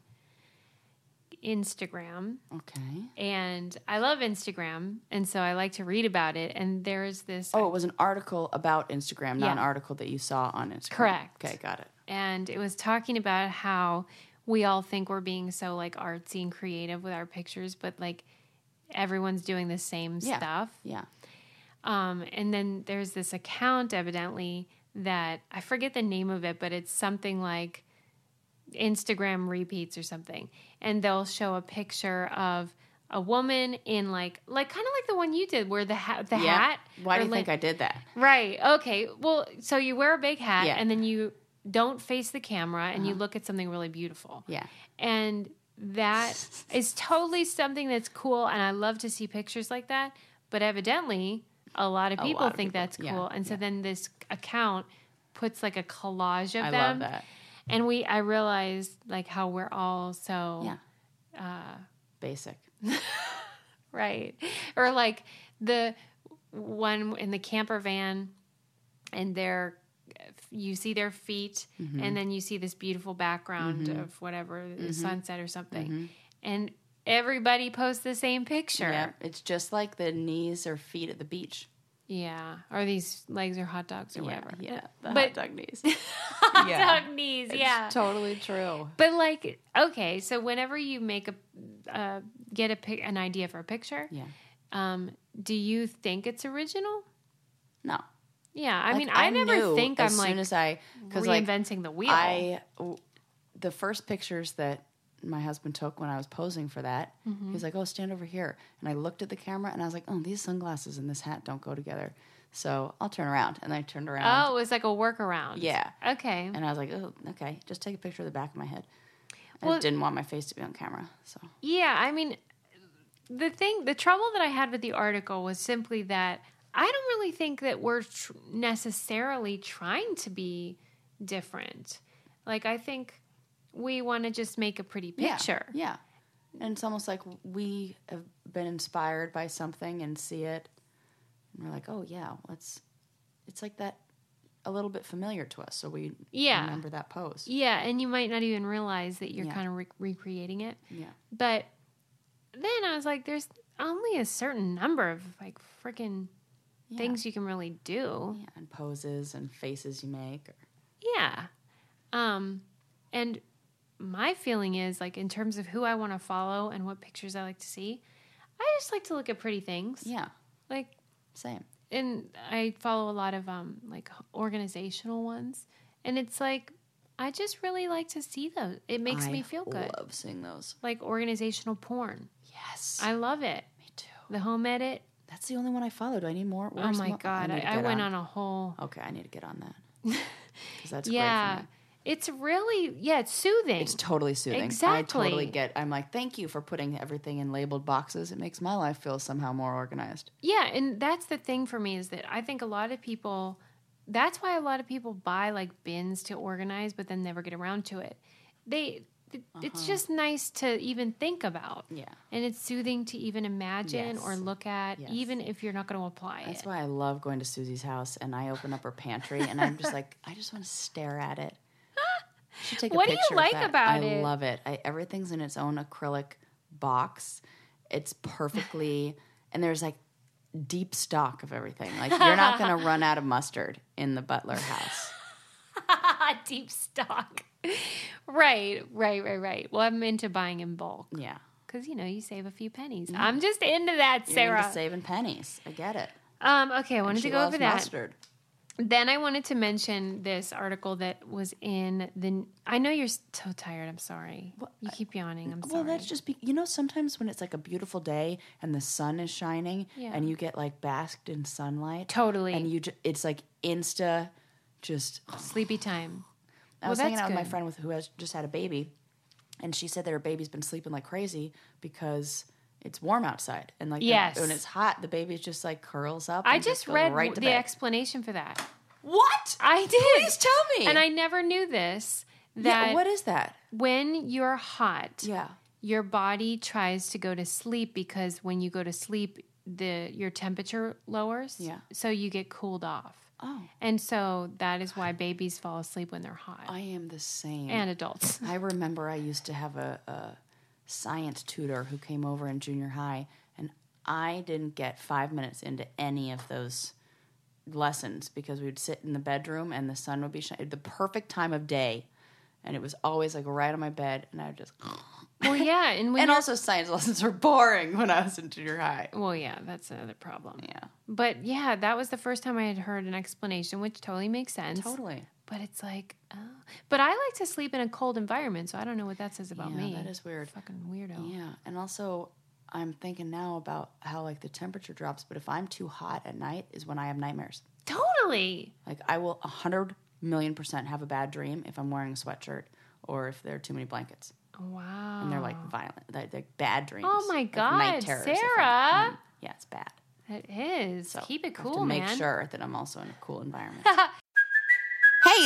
Instagram.
Okay.
And I love Instagram. And so I like to read about it. And there's this
Oh, it was an article about Instagram, not an
Yeah.
article that you saw on Instagram.
Correct.
Okay, got it.
and it was talking about how we all think we're being so like artsy and creative with our pictures, but like everyone's doing the same
Yeah.
stuff.
Yeah.
Um, and then there's this account, evidently, that I forget the name of it, but it's something like Instagram repeats or something. And they'll show a picture of a woman in like, like kind of like the one you did, where the hat, the
yeah.
hat.
Why do
or
you
like-
think I did that?
Right. Okay. Well, so you wear a big hat
Yeah. Uh-huh.
and then you don't face the camera and you look at something really beautiful.
Yeah.
And that is totally something that's cool and I love to see pictures like that, but evidently a lot of people
lot of
think
people,
that's cool.
yeah,
And so then this account puts like a collage of
I
them.
love that.
And we I realized like how we're all so
Yeah. Uh, Basic.
Right. Or like the one in the camper van and their you see their feet
Mm-hmm.
and then you see this beautiful background of whatever the sunset or something.
Mm-hmm.
And everybody posts the same picture.
Yeah. It's just like the knees or feet at the beach.
Yeah. Or these legs or hot dogs or whatever.
Yeah. yeah. The
But-
hot dog knees.
Hot dog knees, yeah.
It's totally true.
but like okay, so whenever you make a uh, get a pic- an idea for a picture,
Yeah.
um, do you think it's original?
No.
Yeah, I
Like,
mean, I, never
knew
think
as
I'm
soon
like
as I because like
reinventing the wheel.
I w- the first pictures that my husband took when I was posing for that,
Mm-hmm.
he was like, "Oh, stand over here," and I looked at the camera and I was like, "Oh, these sunglasses and this hat don't go together," so I'll turn around, and I turned around.
oh, it was like a workaround.
Yeah.
Okay.
And I was like, oh, okay, just take a picture of the back of my head. I
Well-
didn't want my face to be on camera. So,
Yeah, I mean, the thing, the trouble that I had with the article was simply that I don't really think that we're tr- necessarily trying to be different. Like, I think we want to just make a pretty
yeah,
picture.
Yeah. And it's almost like we have been inspired by something and see it. And we're like, oh, yeah, let's, it's like that a little bit familiar to us. So we
Yeah.
remember that pose.
Yeah, and you might not even realize that you're
Yeah.
kind of re- recreating it.
Yeah.
But then I was like, there's only a certain number of like freaking
Yeah.
things you can really do.
Yeah. And poses and faces you make.
Yeah. Um, and my feeling is like in terms of who I want to follow and what pictures I like to see, I just like to look at pretty things.
Yeah.
Like
Same.
and I follow a lot of um like organizational ones, and it's like I just really like to see those. It makes
I
me feel good,
Love seeing those.
like organizational porn.
Yes,
I love it.
me too.
The home edit.
That's the only one I followed. Do I need more.
oh
Where's
my
mo-
god,
need
I,
to
I
get
went on a whole
Okay, I need to get on that. 'Cause that's great
yeah.
for me.
It's really yeah, it's soothing.
It's totally soothing. I
Exactly.
totally get. I'm like, thank you for putting everything in labeled boxes. It makes my life feel somehow more organized.
Yeah, and that's the thing for me is that I think a lot of people that's why a lot of people buy like bins to organize but then never get around to it. They th- it's just nice to even think about.
Uh-huh. Yeah.
And it's soothing to even imagine or
Yes.
look at
Yes.
even if you're not going to apply
That's
it.
why I love going to Susie's house and I open up her pantry and I'm just like, I just want to stare at it. I should take a
What do you
picture of
like
that.
about
I
it?
love it. I, everything's in its own acrylic box. It's perfectly, and there's like deep stock of everything. Like you're not going to run out of mustard in the Butler house.
Deep stock. right, right, right, right. Well, I'm into buying in bulk.
Yeah.
Because, you know, you save a few pennies. I'm just into that, Sarah.
Into saving pennies. I get it.
um, okay, I wanted
She
to go
loves
over that.
mustard.
Then I wanted to mention this article that was in the. I know you're so tired. I'm sorry. you keep yawning. I'm sorry.
Well, that's just be- you know sometimes when it's like a beautiful day and the sun is shining
Yeah.
and you get like basked in sunlight.
Totally.
And you ju- it's like insta just
sleepy time.
I was hanging
that's
out with my
good.
friend with who has just had a baby and she said that her baby's been sleeping like crazy because it's warm outside and like the-
Yes.
when it's hot the baby just like curls up.
I
and
just
goes
read
right to
the
bed.
explanation for that.
what?
I did.
Please tell me.
And I never knew this. That
yeah, what is that?
when you're hot,
Yeah.
your body tries to go to sleep because when you go to sleep, the your temperature lowers.
Yeah.
So you get cooled off.
Oh,
And so that is why babies fall asleep when they're hot.
I am the same.
and adults.
I remember I used to have a, a science tutor who came over in junior high, and I didn't get five minutes into any of those lessons because we would sit in the bedroom and the sun would be shining, the perfect time of day. And it was always like right on my bed, and I would just.
Well, yeah, and when
And
you're-
also, science lessons were boring when I was in junior high.
well, yeah, that's another problem.
Yeah,
But yeah, that was the first time I had heard an explanation, which totally makes sense.
totally.
But it's like, oh, but I like to sleep in a cold environment, so I don't know what that says about
yeah,
me.
that is weird.
fucking weirdo.
Yeah, and also I'm thinking now about how like the temperature drops, but if I'm too hot at night, is when I have nightmares.
Totally.
Like I will a hundred million percent have a bad dream if I'm wearing a sweatshirt or if there are too many blankets
Wow.
and they're like violent, they're, they're bad dreams.
Oh my
like night
God,
terrors if I'm-
Sarah!
mm, yeah, it's bad.
It is.
So
Keep it
I have
cool,
to make
man.
sure that I'm also in a cool environment.
Hey,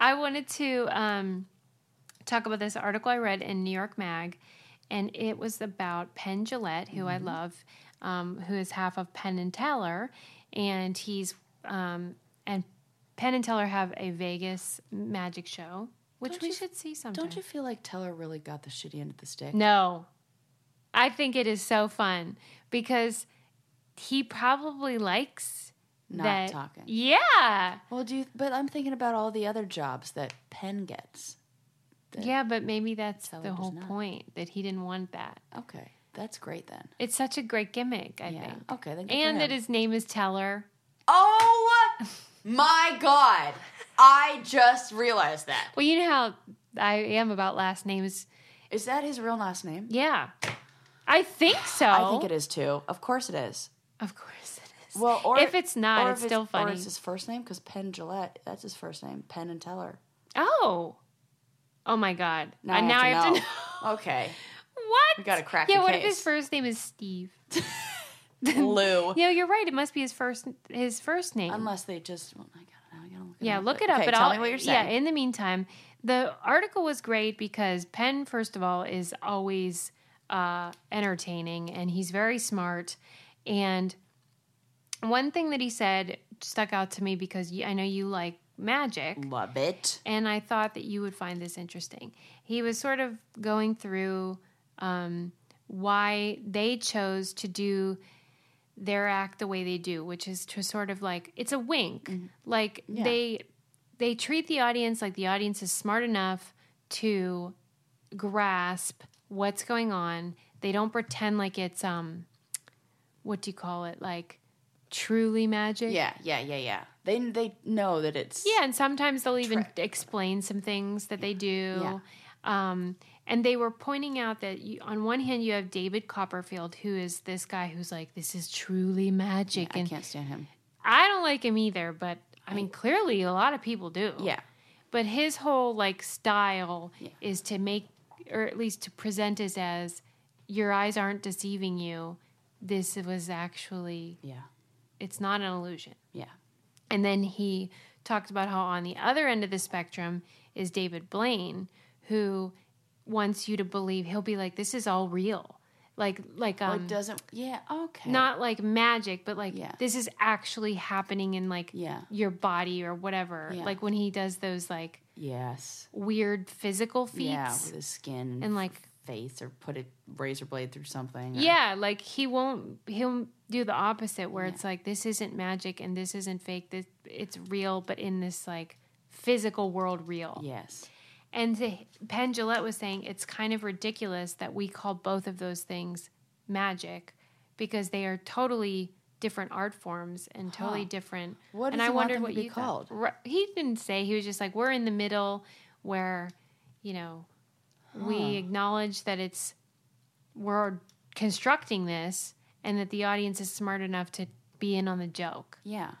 I wanted to um, talk about this article I read in New York Mag, and it was about Penn Gillette, who
Mm-hmm.
I love, um, who is half of Penn and Teller, and he's um, and Penn and Teller have a Vegas magic show, which we should see sometime.
Don't you feel like Teller really got the shitty end of the stick?
No, I think it is so fun because he probably likes
Not
that
talking.
Yeah,
Well, do you? But I'm thinking about all the other jobs that Penn gets.
yeah, but maybe that's
Teller
the
does
whole
not.
point that he didn't want that.
Okay, that's great then.
It's such a great gimmick, I
Yeah.
think.
Okay, then. Good
And
for
that
him.
his name is Teller.
Oh my god! I just realized that.
Well, you know how I am about last names.
Is that his real last name?
Yeah. I think so.
I think it is too. Of course it is.
Of course it is.
Oh? Well, or
if it's not,
or
it's
if
still funny.
Or it's his first name because Penn Gillette. That's his first name. Penn and Teller.
oh. Oh my God.
Now,
And now
I, have to
know.
know. okay,
what?
We gotta crack
Yeah,
the
what if his
case.
first name is Steve?
Lou.
No, you're right. It must be his first his first name.
Unless they just. Oh my god! Now I gotta look. It
Yeah,
up.
look it up.
Okay,
but
tell
I'll-
me what you're saying.
Yeah, in the meantime, the article was great because Penn, first of all, is always uh, entertaining and he's very smart. And one thing that he said stuck out to me because you, I know you like magic.
Love it.
and I thought that you would find this interesting. He was sort of going through um, why they chose to do their act the way they do, which is to sort of like it's a wink, like they they treat the audience like the audience is smart enough to grasp what's going on. They don't pretend like it's um, what do you call it, like truly magic?
Yeah, yeah, yeah, yeah. They they know that it's
Yeah, and sometimes they'll even explain some things that they do. Um, and they were pointing out that you, on one hand you have David Copperfield, who is this guy who's like, "This is truly magic,"
I
and
can't stand him.
I don't like him either. But I mean, clearly a lot of people do.
Yeah.
But his whole like style is to make, or at least to present us as, "Your eyes aren't deceiving you. This was actually,
Yeah.
it's not an illusion."
Yeah.
And then he talked about how on the other end of the spectrum is David Blaine, who wants you to believe he'll be like, this is all real. Like, like,
Well,
um,
it doesn't yeah, okay.
not like magic, but like
Yeah.
this is actually happening in like
Yeah.
your body or whatever.
Yeah.
Like when he does those like
Yes.
weird physical feats.
Yeah, with his skin
And, like-
face or put a razor blade through something. or-
Yeah, like he won't. He'll do the opposite, where it's like this isn't magic and this isn't fake. This it's real, but in this like physical world, real.
Yes.
And to, Penn Gillette was saying it's kind of ridiculous that we call both of those things magic because they are totally different art forms and totally different.
What
and
does
I
he want
wondered
them to
what
be
you thought.
called?
Ri- He didn't say. He was just like, we're in the middle where, you know, we acknowledge that it's we're constructing this and that the audience is smart enough to be in on the joke
Yeah.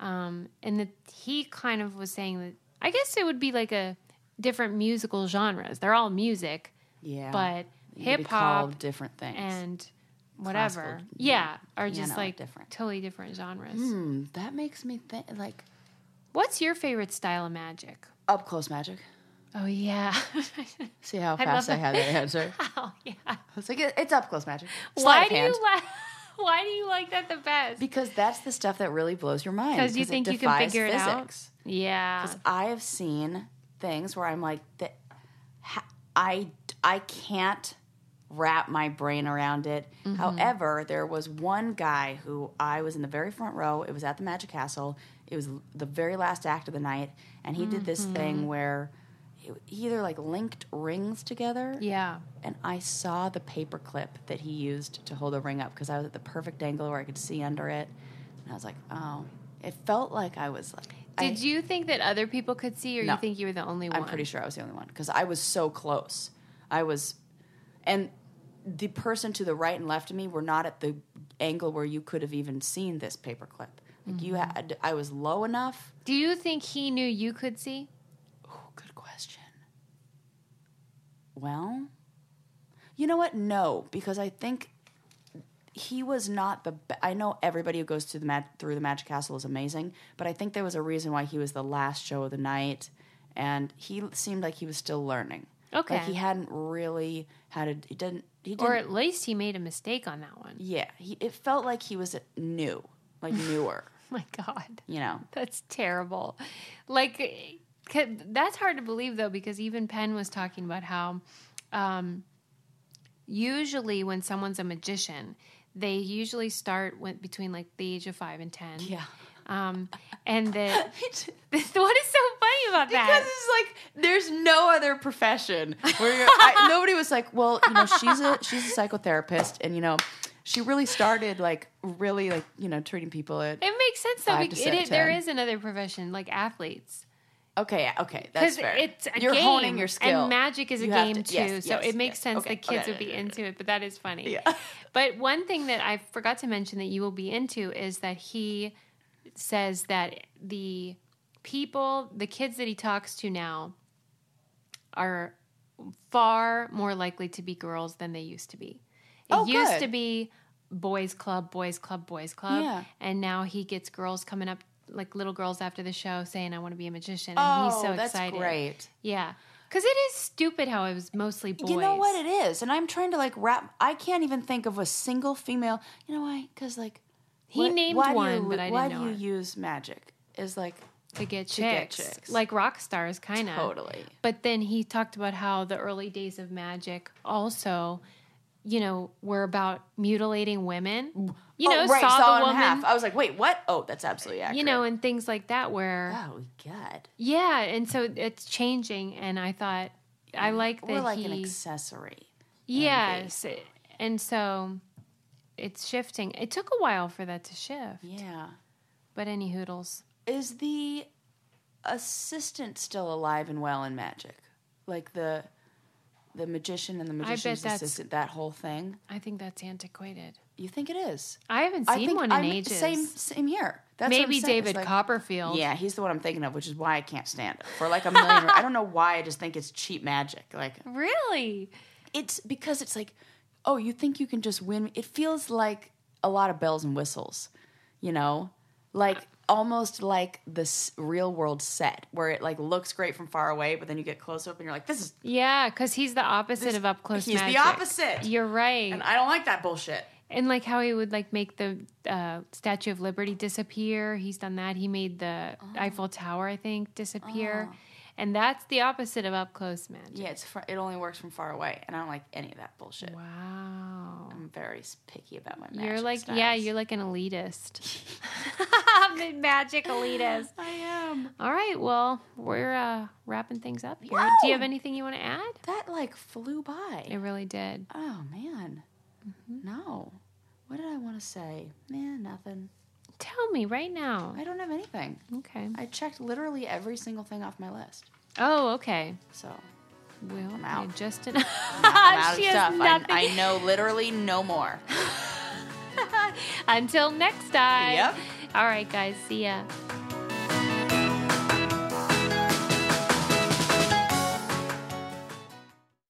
um, and that he kind of was saying that I guess it would be like a different musical genres. They're all music,
Yeah.
but
You could
hip
call
hop
different things.
and whatever,
Classical,
yeah, are just
piano,
like
different.
totally different genres.
Hmm, that makes me think like
What's your favorite style of magic?
up close magic.
Oh yeah,
See how fast I had that answer.
oh yeah.
I was like, "It- it's up close magic. Sleight
Why
of
do
hand.
you like? Why do you like that the best?
Because that's the stuff that really blows your mind.
Because you
it
think you can
defies
figure it out.
physics.
Yeah,
Because I have seen things where I'm like, that, ha- I I can't wrap my brain around it.
Mm-hmm.
However, there was one guy who I was in the very front row. It was at the Magic Castle. It was the very last act of the night, and he did this
Mm-hmm.
thing where he he either like linked rings together
yeah.
and I saw the paper clip that he used to hold the ring up because I was at the perfect angle where I could see under it, and I was like, oh, it felt like I was like, I,
Did you think that other people could see, or
No.
you think you were the only one?
I'm pretty sure I was the only one because I was so close. I was, and the person to the right and left of me were not at the angle where you could have even seen this paper clip. Like you
Mm-hmm.
had, I was low enough.
Do you think he knew you could see?
Ooh, good question. Well, you know what? No, because I think he was not the. Be- I know everybody who goes to the mag- through the Magic Castle is amazing, but I think there was a reason why he was the last show of the night, and he seemed like he was still learning. like
Okay.
he hadn't really had a. He didn't. He didn't.
Or at least he made a mistake on that one.
yeah, he, it felt like he was new, like newer.
My God,
you know.
that's terrible. Like, c- that's hard to believe though, because even Penn was talking about how um, usually when someone's a magician, they usually start when, between like the age of five and ten.
Yeah.
Um, and the what is so funny about
Because
that?
it's like there's no other profession where you're, I, nobody was like, well, you know, she's a she's a psychotherapist, and you know, she really started like really like you know treating people at
It makes sense though.
Five to
Because
se-
it, is- there
10.
is another profession like athletes.
okay, okay, that's
Because
fair.
it's a
you're
game,
honing your skill,
and magic is a
You have
game
to-
too.
yes,
so
yes,
it makes
yes.
sense
Okay,
the kids
okay,
would be
okay,
into it. But that is funny.
Yeah.
But one thing that I forgot to mention that you will be into is that he says that the people, the kids that he talks to now, are far more likely to be girls than they used to be. It
Oh,
used
good.
to be boys club, boys club, boys club,
Yeah.
and now he gets girls coming up. Like little girls after the show saying, "I want to be a magician," and
Oh,
he's so
that's
excited.
great.
Yeah. Because it is stupid how it was mostly boys.
You know what it is, and I'm trying to like wrap. I can't even think of a single female. You know why? Because like
He
What-
named
why do
one,
you-
but I didn't
Why
know
do you
it.
use magic? Is like
to get chicks,
get chicks.
like rock stars, kind of.
Totally.
But then he talked about how the early days of magic also, you know, were about mutilating women. You know,
oh, right,
saw,
saw
the
it in
woman,
half. I was like, wait, what? Oh, that's absolutely accurate.
you know, and things like that. Where
oh god,
yeah, and so it's changing. And I thought I like that
Mm, we're like
he
an accessory.
yes, it- and so it's shifting. It took a while for that to shift,
Yeah.
but any hoodles.
Is the assistant still alive and well in magic? Like the the magician and the
bet
magician's
that's-
assistant, that whole thing.
I think that's antiquated.
You think it is?
I haven't
I
seen
think
one in
I'm-
ages.
Same, same here. That's what I'm
Maybe
saying. It's
David
like-
Copperfield.
Yeah, he's the one I'm thinking of, which is why I can't stand it for like a million. I don't know why. I just think it's cheap magic. Like
Really?
it's because it's like, oh, you think you can just win? It feels like a lot of bells and whistles, you know, like almost like this real world set where it like looks great from far away, but then you get close up and you're like, this is.
Yeah, because he's the opposite of up close.
he's the
magic.
opposite.
You're right.
And
And,
I don't like that bullshit.
like how he would like make the uh, Statue of Liberty disappear. He's done that. He made the
Oh.
Eiffel Tower, I think, disappear. And that's the opposite of up close magic.
Yeah, it's fr- it only works from far away, and I don't like any of that bullshit.
Wow.
I'm very picky about my magic.
You're like
styles.
yeah, you're like an elitist. The magic elitist.
I am.
All right, well, we're uh, wrapping things up here. Do you have anything you want to add?
That like flew by.
It Mm-hmm. really did.
Oh man, no. What did I want to say? Man, nothing.
Tell me right now.
I don't have anything.
Okay.
I checked literally every single thing off my list.
Oh, okay.
So
Well, I'm
out.
Just en-
I'm out
she
of
has
stuff. I,
nothing.
I know literally no more.
Until next time.
Yep.
All right, guys. See ya.